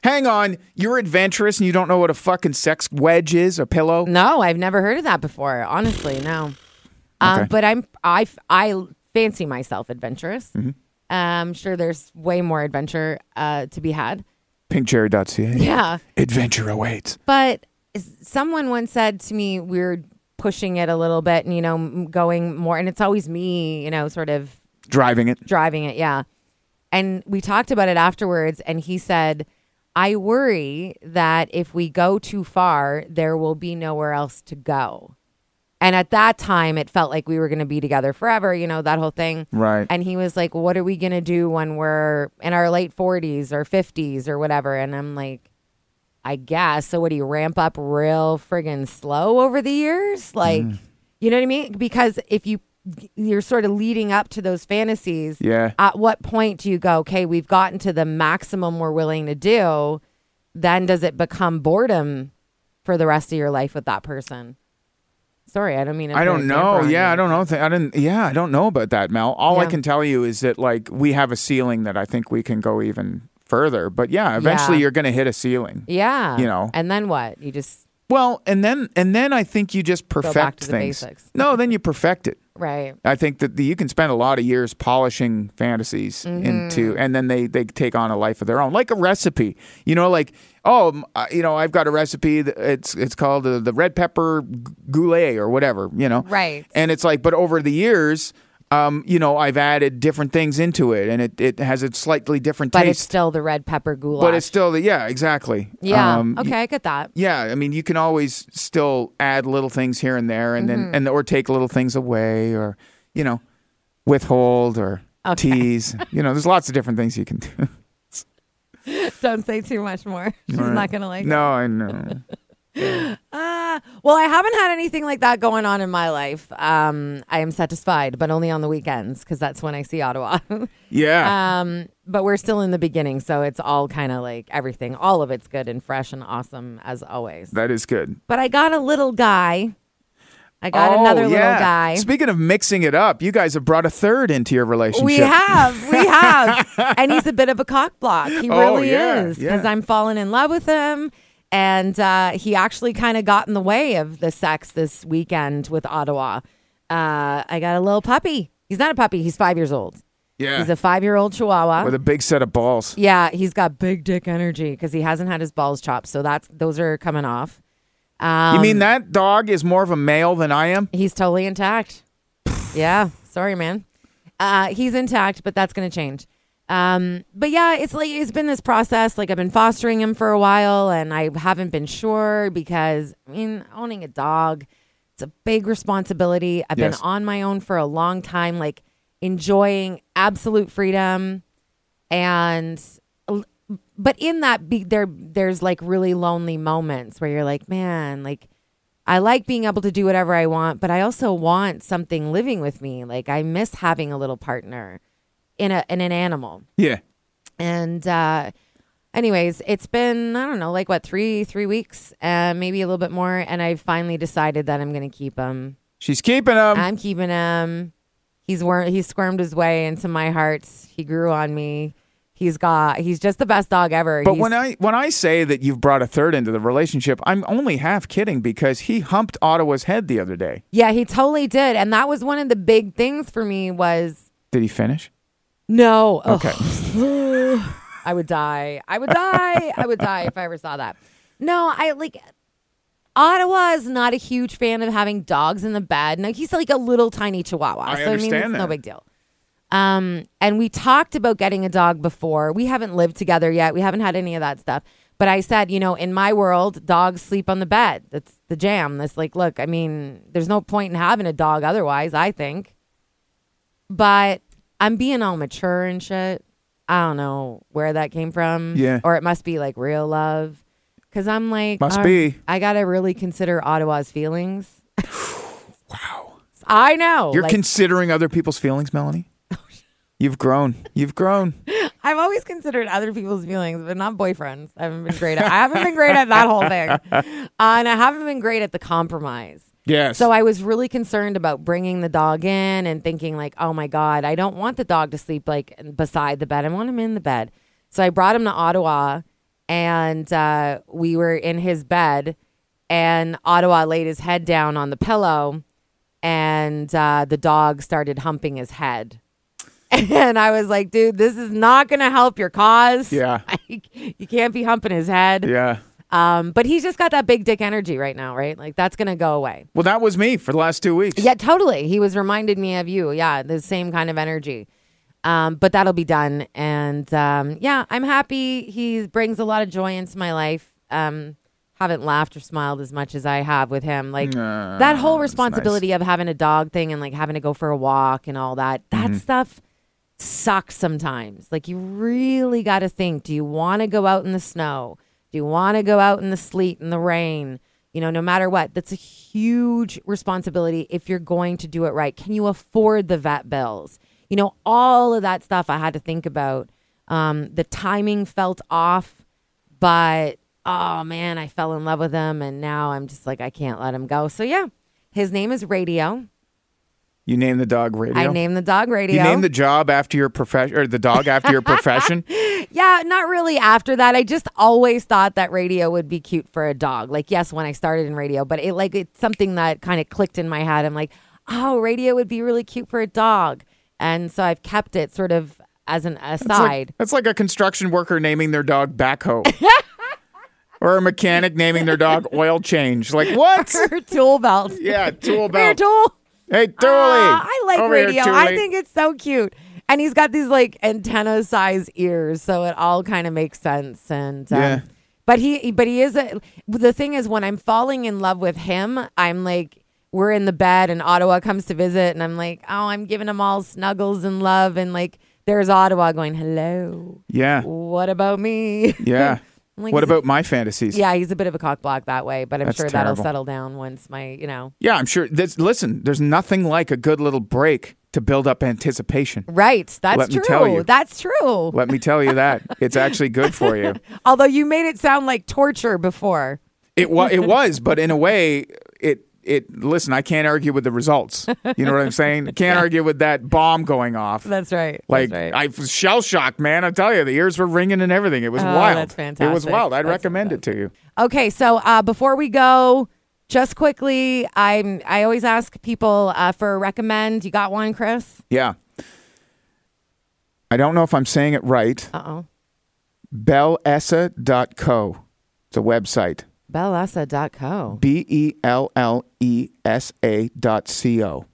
S2: Hang on, you're adventurous and you don't know what a fucking sex wedge is or pillow.
S1: No, I've never heard of that before. Honestly, no.
S2: Okay.
S1: Um, but I'm I I fancy myself adventurous.
S2: Mm-hmm.
S1: Uh, I'm sure there's way more adventure uh, to be had.
S2: Pinkcherry.ca.
S1: Yeah,
S2: Adventure awaits.
S1: but s- someone once said to me, we're pushing it a little bit, and you know, m- going more. And it's always me, you know, sort of
S2: Driving it.
S1: driving it. Yeah. And we talked about it afterwards, and he said, I worry that if we go too far, there will be nowhere else to go. And at that time, it felt like we were going to be together forever, you know, that whole thing.
S2: Right.
S1: And he was like, What are we going to do when we're in our late 40s or 50s or whatever? And I'm like, I guess. So, what do you ramp up real friggin' slow over the years? Like,
S2: Mm.
S1: you know what I mean? Because if you, you're sort of leading up to those fantasies.
S2: Yeah.
S1: At what point do you go, okay, we've gotten to the maximum we're willing to do? Then does it become boredom for the rest of your life with that person? Sorry, I don't mean. to
S2: I
S1: put a
S2: don't
S1: damper
S2: know.
S1: on
S2: Yeah,
S1: you.
S2: I don't know. Th- I didn't. Yeah, I don't know about that, Mel. All I
S1: Yeah.
S2: can tell you is that like we have a ceiling that I think we can go even further. But yeah, eventually
S1: Yeah.
S2: you're going to hit a ceiling.
S1: Yeah.
S2: You know.
S1: And then what? You just
S2: Well, and then and then I think you just perfect
S1: back to the
S2: things.
S1: basics.
S2: No, then you perfect it.
S1: right.
S2: I think that the, you can spend a lot of years polishing fantasies
S1: Mm-hmm.
S2: into, and then they they take on a life of their own, like a recipe. You know, like oh, m- uh, you know, I've got a recipe. That it's it's called uh, the red pepper g- goulet or whatever. You know,
S1: Right.
S2: And it's like, but over the years. Um, you know, I've added different things into it, and it, it has a slightly different
S1: But it's
S2: taste.
S1: still the red pepper goulash.
S2: but it's still the yeah, exactly.
S1: yeah.
S2: Um,
S1: okay, I get that.
S2: yeah, I mean, you can always still add little things here and there, and
S1: Mm-hmm.
S2: then and or take little things away, or you know, withhold or
S1: Okay.
S2: tease. You know, there's lots of different things you can do.
S1: Don't say too much more. She's
S2: Right.
S1: not gonna like.
S2: no, I know.
S1: Ah, well, I haven't had anything like that going on in my life. Um, I am satisfied, but only on the weekends because that's when I see Ottawa.
S2: Yeah,
S1: um, but we're still in the beginning, so it's all kind of like everything. All of it's good and fresh and awesome as always.
S2: that is good. Oh,
S1: But I got a little guy. I got another little guy.
S2: Speaking of mixing it up, you guys have brought a third into your relationship.
S1: We have, we have, and he's a bit of a cock block. He
S2: Oh,
S1: really
S2: yeah,
S1: is
S2: yeah.
S1: because I'm falling in love with him, and uh, he actually kind of got in the way of the sex this weekend with Ottawa. Uh, I got a little puppy. He's not a puppy. He's five years old.
S2: Yeah,
S1: He's a five-year-old Chihuahua.
S2: with a big set of balls.
S1: Yeah, he's got big dick energy because he hasn't had his balls chopped, so that's those are coming off. Um,
S2: you mean that dog is more of a male than I am?
S1: He's totally intact. yeah. Sorry, man. Uh, he's intact, but that's going to change. Um, but yeah, it's like it's been this process. Like I've been fostering him for a while, and I haven't been sure because I mean, owning a dog, it's a big responsibility. I've
S2: Yes.
S1: been on my own for a long time, like enjoying absolute freedom, and but in that be, there there's like really lonely moments where you're like man like i like being able to do whatever i want but i also want something living with me like i miss having a little partner in a in an animal
S2: Yeah,
S1: and uh anyways it's been i don't know like what three three weeks uh maybe a little bit more and i finally decided that i'm gonna keep him
S2: she's keeping him.
S1: i'm keeping him he's wor- he squirmed his way into my heart he grew on me he's got he's just the best dog ever
S2: But
S1: He's-
S2: when I when I say that you've brought a third into the relationship, I'm only half kidding because he humped Ottawa's head the other day.
S1: Yeah, he totally did. And that was one of the big things for me was
S2: Did he finish?
S1: no. Ugh.
S2: Okay.
S1: I would die. I would die. I would die if I ever saw that. No, I like Ottawa is not a huge fan of having dogs in the bed. Now he's like a little tiny chihuahua.
S2: I
S1: so I mean
S2: understand
S1: it's no
S2: that.
S1: big deal. Um, and we talked about getting a dog before. We haven't lived together yet. We haven't had any of that stuff. But I said, you know, in my world, dogs sleep on the bed. That's the jam. That's like, look, I mean, there's no point in having a dog otherwise, I think. But I'm being all mature and shit. I don't know where that came from.
S2: Yeah.
S1: Or it must be like real love. Cause I'm like,
S2: Must
S1: um,
S2: be.
S1: I gotta really consider Ottawa's feelings.
S2: Wow.
S1: I know.
S2: You're
S1: like,
S2: considering other people's feelings, Melanie? You've grown. You've grown.
S1: I've always considered other people's feelings, but not boyfriends. I haven't been great. At, I haven't been great at that whole thing, uh, and I haven't been great at the compromise.
S2: Yes.
S1: So I was really concerned about bringing the dog in and thinking like, oh my god, I don't want the dog to sleep like beside the bed. I want him in the bed. So I brought him to Ottawa, and uh, we were in his bed, and Ottawa laid his head down on the pillow, and uh, the dog started humping his head. And I was like, dude, this is not going to help your cause.
S2: Yeah.
S1: Like, you can't be humping his head.
S2: yeah.
S1: Um, but he's just got that big dick energy right now, right? Like, that's going to go away.
S2: Well, that was me for the last two weeks.
S1: Yeah, totally. He was reminded me of you. Yeah, the same kind of energy. Um, but that'll be done. And um, yeah, I'm happy. He brings a lot of joy into my life. Um, haven't laughed or smiled as much as I have with him. Like
S2: Nah,
S1: that whole
S2: that's
S1: responsibility of having a dog thing and like having to go for a walk and all that. That
S2: Mm-hmm.
S1: stuff sucks sometimes. Like you really got to think, do you want to go out in the snow? Do you want to go out in the sleet and the rain? You know, no matter what, that's a huge responsibility if you're going to do it right. Can you afford the vet bills? You know, all of that stuff I had to think about. Um, the timing felt off, but oh man, I fell in love with him and now I'm just like, I can't let him go. So yeah, his name is Radio.
S2: You named the dog radio.
S1: I named the dog Radio.
S2: you named the job after your profession, or the dog after your profession.
S1: Yeah, not really after that. I just always thought that radio would be cute for a dog. Like, yes, when I started in radio, but it like it's something that kind of clicked in my head. I'm like, oh, radio would be really cute for a dog. And so I've kept it sort of as an
S2: It's like-
S1: aside.
S2: That's like a construction worker naming their dog backhoe. or a mechanic naming their dog oil change. Like, what?
S1: Her tool belt.
S2: Yeah, tool
S1: Come here,
S2: belt.
S1: tool.
S2: Hey, Dooley.
S1: Ah, I like
S2: Over here,
S1: radio. I
S2: Dooley.
S1: think it's so cute. And he's got these like antenna size ears, so it all kind of makes sense. And um,
S2: Yeah.
S1: but he but he is a, the thing is when I'm falling in love with him, I'm like we're in the bed and Ottawa comes to visit, and I'm like, oh, I'm giving him all snuggles and love, and like there's Ottawa going, hello,
S2: Yeah.
S1: what about me?
S2: Yeah.
S1: I'm like,
S2: what
S1: is
S2: about my fantasies?
S1: Yeah, he's a bit of a cock block that way, but I'm
S2: That's
S1: sure
S2: terrible.
S1: that'll settle down once my you know
S2: Yeah, I'm sure. This, listen, there's nothing like a good little break to build up anticipation.
S1: right. That's
S2: Let me
S1: true.
S2: tell you.
S1: That's true.
S2: Let me tell you that it's actually good for you.
S1: Although you made it sound like torture before.
S2: It was, it was, but in a way, it it. Listen, I can't argue with the results. You know what I'm saying? Can't argue with that bomb going off.
S1: That's right.
S2: Like
S1: that's right.
S2: I was shell shocked, man. I tell you, the ears were ringing and everything. It was
S1: Oh,
S2: wild.
S1: that's
S2: It was
S1: fantastic.
S2: wild. I'd
S1: That's
S2: recommend it to you.
S1: okay, so uh, before we go, just quickly, I'm I always ask people uh, for a recommend. You got one, Chris?
S2: Yeah. I don't know if I'm saying it right.
S1: Uh oh.
S2: Bellessa.co. It's a website.
S1: Bellessa.co.
S2: B E L L E S A dot C O.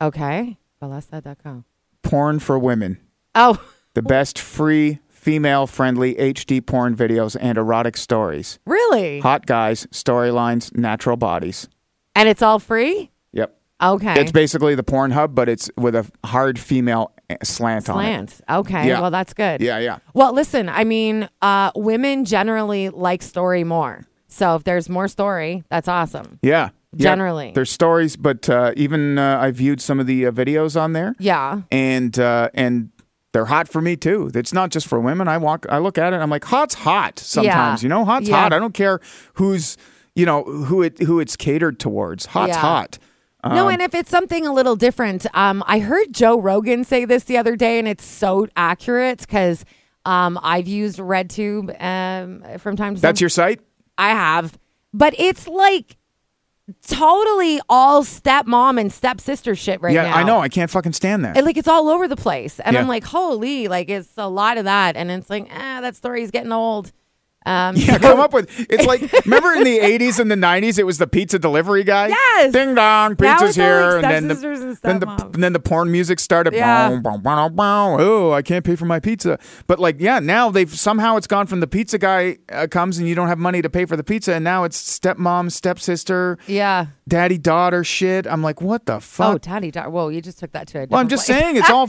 S1: Okay. Bellessa.co.
S2: Porn for women.
S1: Oh,
S2: The best free, female friendly HD porn videos and erotic stories.
S1: really?
S2: Hot guys, storylines, natural bodies.
S1: And it's all free?
S2: Yep.
S1: Okay.
S2: It's basically the porn hub, but it's with a hard female slant, on it.
S1: Slant. Okay.
S2: Yeah.
S1: Well, that's good.
S2: Yeah, yeah.
S1: Well, listen, I mean, uh, women generally like story more. So if there's more story, that's awesome.
S2: Yeah. yeah.
S1: Generally.
S2: There's stories, but uh, even uh, I viewed some of the uh, videos on there.
S1: Yeah.
S2: and uh, and they're hot for me too. It's not just for women. I walk, I look at it, and I'm like, hot's hot. Sometimes
S1: Yeah.
S2: you know, hot's
S1: Yeah.
S2: hot. I don't care who's you know who it who it's catered towards. Hot's
S1: Yeah.
S2: hot.
S1: No,
S2: Um,
S1: and if it's something a little different, um, I heard Joe Rogan say this the other day, and it's so accurate because um, I've used RedTube um, from time to time.
S2: That's your site.
S1: I have, but it's like totally all stepmom and stepsister shit right
S2: yeah,
S1: now.
S2: I know. I can't fucking stand that.
S1: It- like it's all over the place, and
S2: Yeah.
S1: I'm like, holy, like it's a lot of that, and it's like, ah, that story's getting old. Um,
S2: Yeah, come up with it's like remember in the eighties and the nineties it was the pizza delivery guy?
S1: Yes.
S2: Ding dong,
S1: Now it's
S2: pizza's
S1: all, like,
S2: here,
S1: Step
S2: and then the
S1: Sisters and
S2: then the
S1: Stepmom.
S2: and then the porn music started.
S1: Yeah.
S2: Bow, bow, bow, bow. Oh, I can't pay for my pizza. But like, yeah, now they've somehow it's gone from the pizza guy uh, comes and you don't have money to pay for the pizza, and now it's stepmom, stepsister,
S1: yeah.
S2: daddy daughter shit. I'm like, what the fuck?
S1: Oh, Tiny Dar. Whoa, you just took that to a
S2: Well, I'm
S1: different
S2: just
S1: place.
S2: saying it's all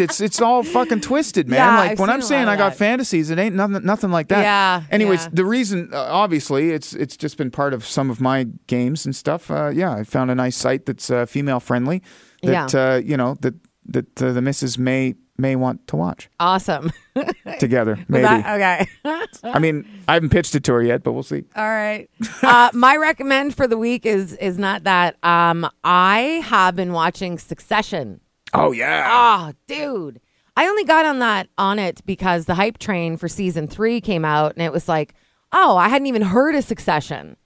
S2: It's it's all fucking twisted, man.
S1: Yeah,
S2: like
S1: I've
S2: when
S1: seen
S2: I'm
S1: a lot
S2: saying
S1: of
S2: I got
S1: that.
S2: fantasies, it ain't nothing nothing like that.
S1: Yeah,
S2: Anyways,
S1: yeah.
S2: the reason uh, obviously it's it's just been part of some of my games and stuff. Uh, yeah, I found a nice site that's uh, female friendly that
S1: Yeah.
S2: uh, you know that that uh, the missus may may want to watch
S1: Awesome. Was
S2: together. Maybe.
S1: that- uh, okay.
S2: I mean, I haven't pitched it to her yet, but we'll see.
S1: All right. Uh, my recommend for the week is is not that. Um, I have been watching Succession.
S2: Oh yeah.
S1: Oh, dude. I only got on that on it because the hype train for season three came out and it was like, oh, I hadn't even heard of Succession.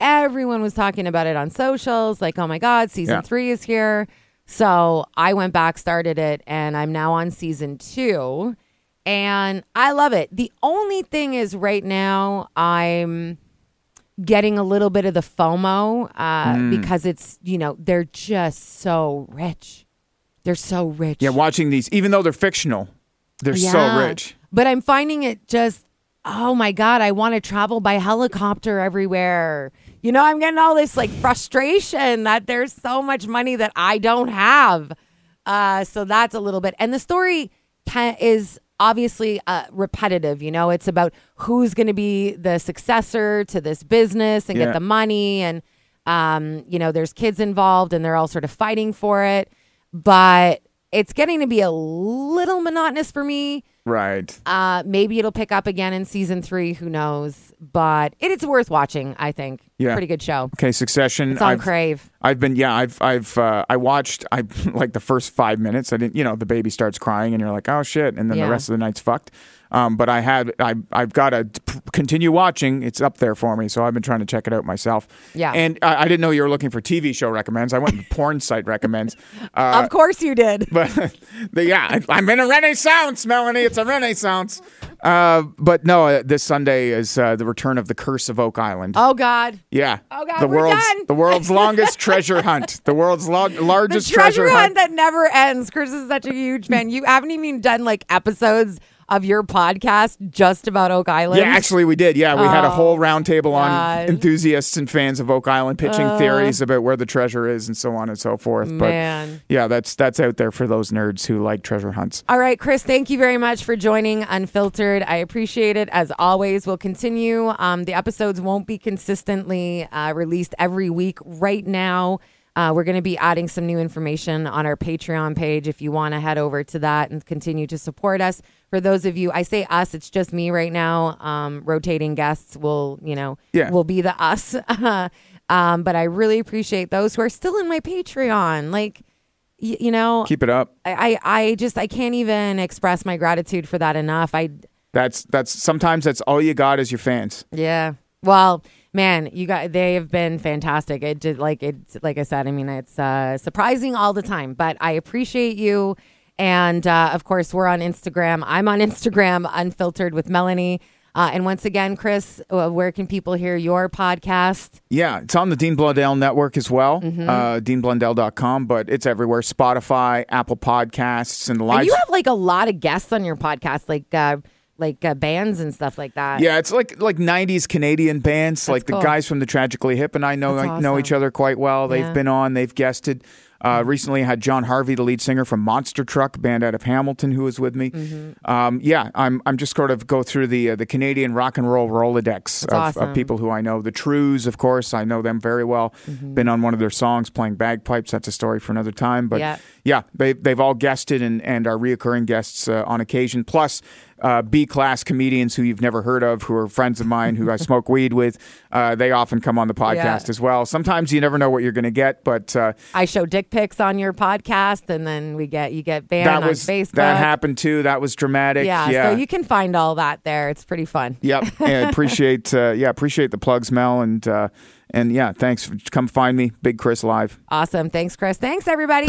S1: Everyone was talking about it on socials, like, oh my God, season
S2: Yeah.
S1: three is here. So I went back, started it, and I'm now on season two. And I love it. The only thing is right now I'm getting a little bit of the FOMO uh,
S2: Hmm.
S1: because it's, you know, they're just so rich. They're so rich.
S2: Yeah, watching these, even though they're fictional, they're so
S1: Oh. Yeah.
S2: rich.
S1: But I'm finding it just, oh my God, I want to travel by helicopter everywhere. You know, I'm getting all this like frustration that there's so much money that I don't have. Uh, so that's a little bit. And the story ca- is obviously uh, repetitive. You know, it's about who's going to be the successor to this business and
S2: Yeah.
S1: get the money. And, um, you know, there's kids involved and they're all sort of fighting for it. But it's getting to be a little monotonous for me.
S2: Right.
S1: Uh, maybe it'll pick up again in season three. Who knows? But it, it's worth watching. I think.
S2: Yeah.
S1: pretty good show.
S2: Okay, Succession.
S1: It's on
S2: I've-
S1: Crave.
S2: I've been yeah I've I've uh, I watched I like the first five minutes I didn't you know the baby starts crying and you're like oh shit and then
S1: Yeah.
S2: the rest of the night's fucked um, but I had I I've got to p- continue watching it's up there for me so I've been trying to check it out myself
S1: Yeah.
S2: and I, I didn't know you were looking for TV show recommends I went to porn site recommends uh,
S1: of course you did.
S2: but the, yeah, I, I'm in a renaissance, Melanie. It's a renaissance. Uh, but no, uh, this Sunday is uh, the return of the Curse of Oak Island.
S1: Oh God.
S2: Yeah.
S1: Oh, God,
S2: the
S1: we're
S2: world's
S1: done.
S2: the world's longest treasure hunt. The world's lo-
S1: The
S2: largest
S1: treasure, hunt
S2: hunt.
S1: that never ends. Chris is such a huge fan. You haven't even done like episodes of your podcast just about Oak Island.
S2: Yeah, actually, we did. Yeah, we had a whole roundtable on
S1: Oh, God. Uh.
S2: enthusiasts and fans of Oak Island pitching theories about where the treasure is and so on and so forth.
S1: Man.
S2: But yeah, that's that's out there for those nerds who like treasure hunts.
S1: All right, Chris, thank you very much for joining Unfiltered. I appreciate it. As always, we'll continue. Um, the episodes won't be consistently uh, released every week. Right now, uh, we're going to be adding some new information on our Patreon page if you want to head over to that and continue to support us. For those of you, I say us, it's just me right now. Um, rotating guests will, you know,
S2: Yeah.
S1: will be the us. um, but I really appreciate those who are still in my Patreon. Like, y- you know,
S2: Keep it up.
S1: I, I I just I can't even express my gratitude for that enough. I
S2: That's that's sometimes that's all you got is your fans.
S1: yeah. Well, man, you got they have been fantastic. It did like it like I said. I mean, it's uh, surprising all the time, but I appreciate you. And uh, of course, we're on Instagram. I'm on Instagram, unfiltered with Melanie. Uh, and once again, Chris, uh, where can people hear your podcast?
S2: Yeah, it's on the Dean Blundell network as well,
S1: Mm-hmm.
S2: uh, deanblundell.com, but it's everywhere Spotify, Apple Podcasts, and the live
S1: And you have like a lot of guests on your podcast, like uh, like uh, bands and stuff like that.
S2: Yeah, it's like like '90s Canadian bands. like
S1: cool.
S2: the guys from the Tragically Hip and I know
S1: That's
S2: like, know
S1: awesome.
S2: each other quite well. They've
S1: Yeah.
S2: been on. They've guested. Uh, recently, had John Harvey, the lead singer from Monster Truck, band out of Hamilton, who was with me.
S1: Mm-hmm.
S2: Um, yeah, I'm I'm just sort of go through the uh, the Canadian rock and roll rolodex of,
S1: awesome.
S2: of people who I know. The Trues, of course, I know them very well.
S1: Mm-hmm.
S2: Been on one of their songs, playing bagpipes. That's a story for another time. But
S1: Yeah.
S2: yeah, they, they've all guested and, and are reoccurring guests uh, on occasion. Plus, uh, B class comedians who you've never heard of, who are friends of mine, who I smoke weed with, uh, they often come on the podcast
S1: Yeah.
S2: as well. Sometimes you never know what you're going to get, but uh,
S1: I show dick pics on your podcast, and then we get you get banned
S2: that
S1: on
S2: was
S1: Facebook.
S2: that happened too. That was dramatic.
S1: yeah,
S2: Yeah.
S1: so you can find all that there. It's pretty fun.
S2: Yep, and appreciate uh, yeah appreciate the plugs, Mel, and uh, and yeah, thanks. Come find me, Big Chris Live.
S1: Awesome. Thanks, Chris. Thanks, everybody.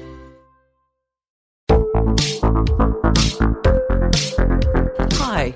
S3: Hi,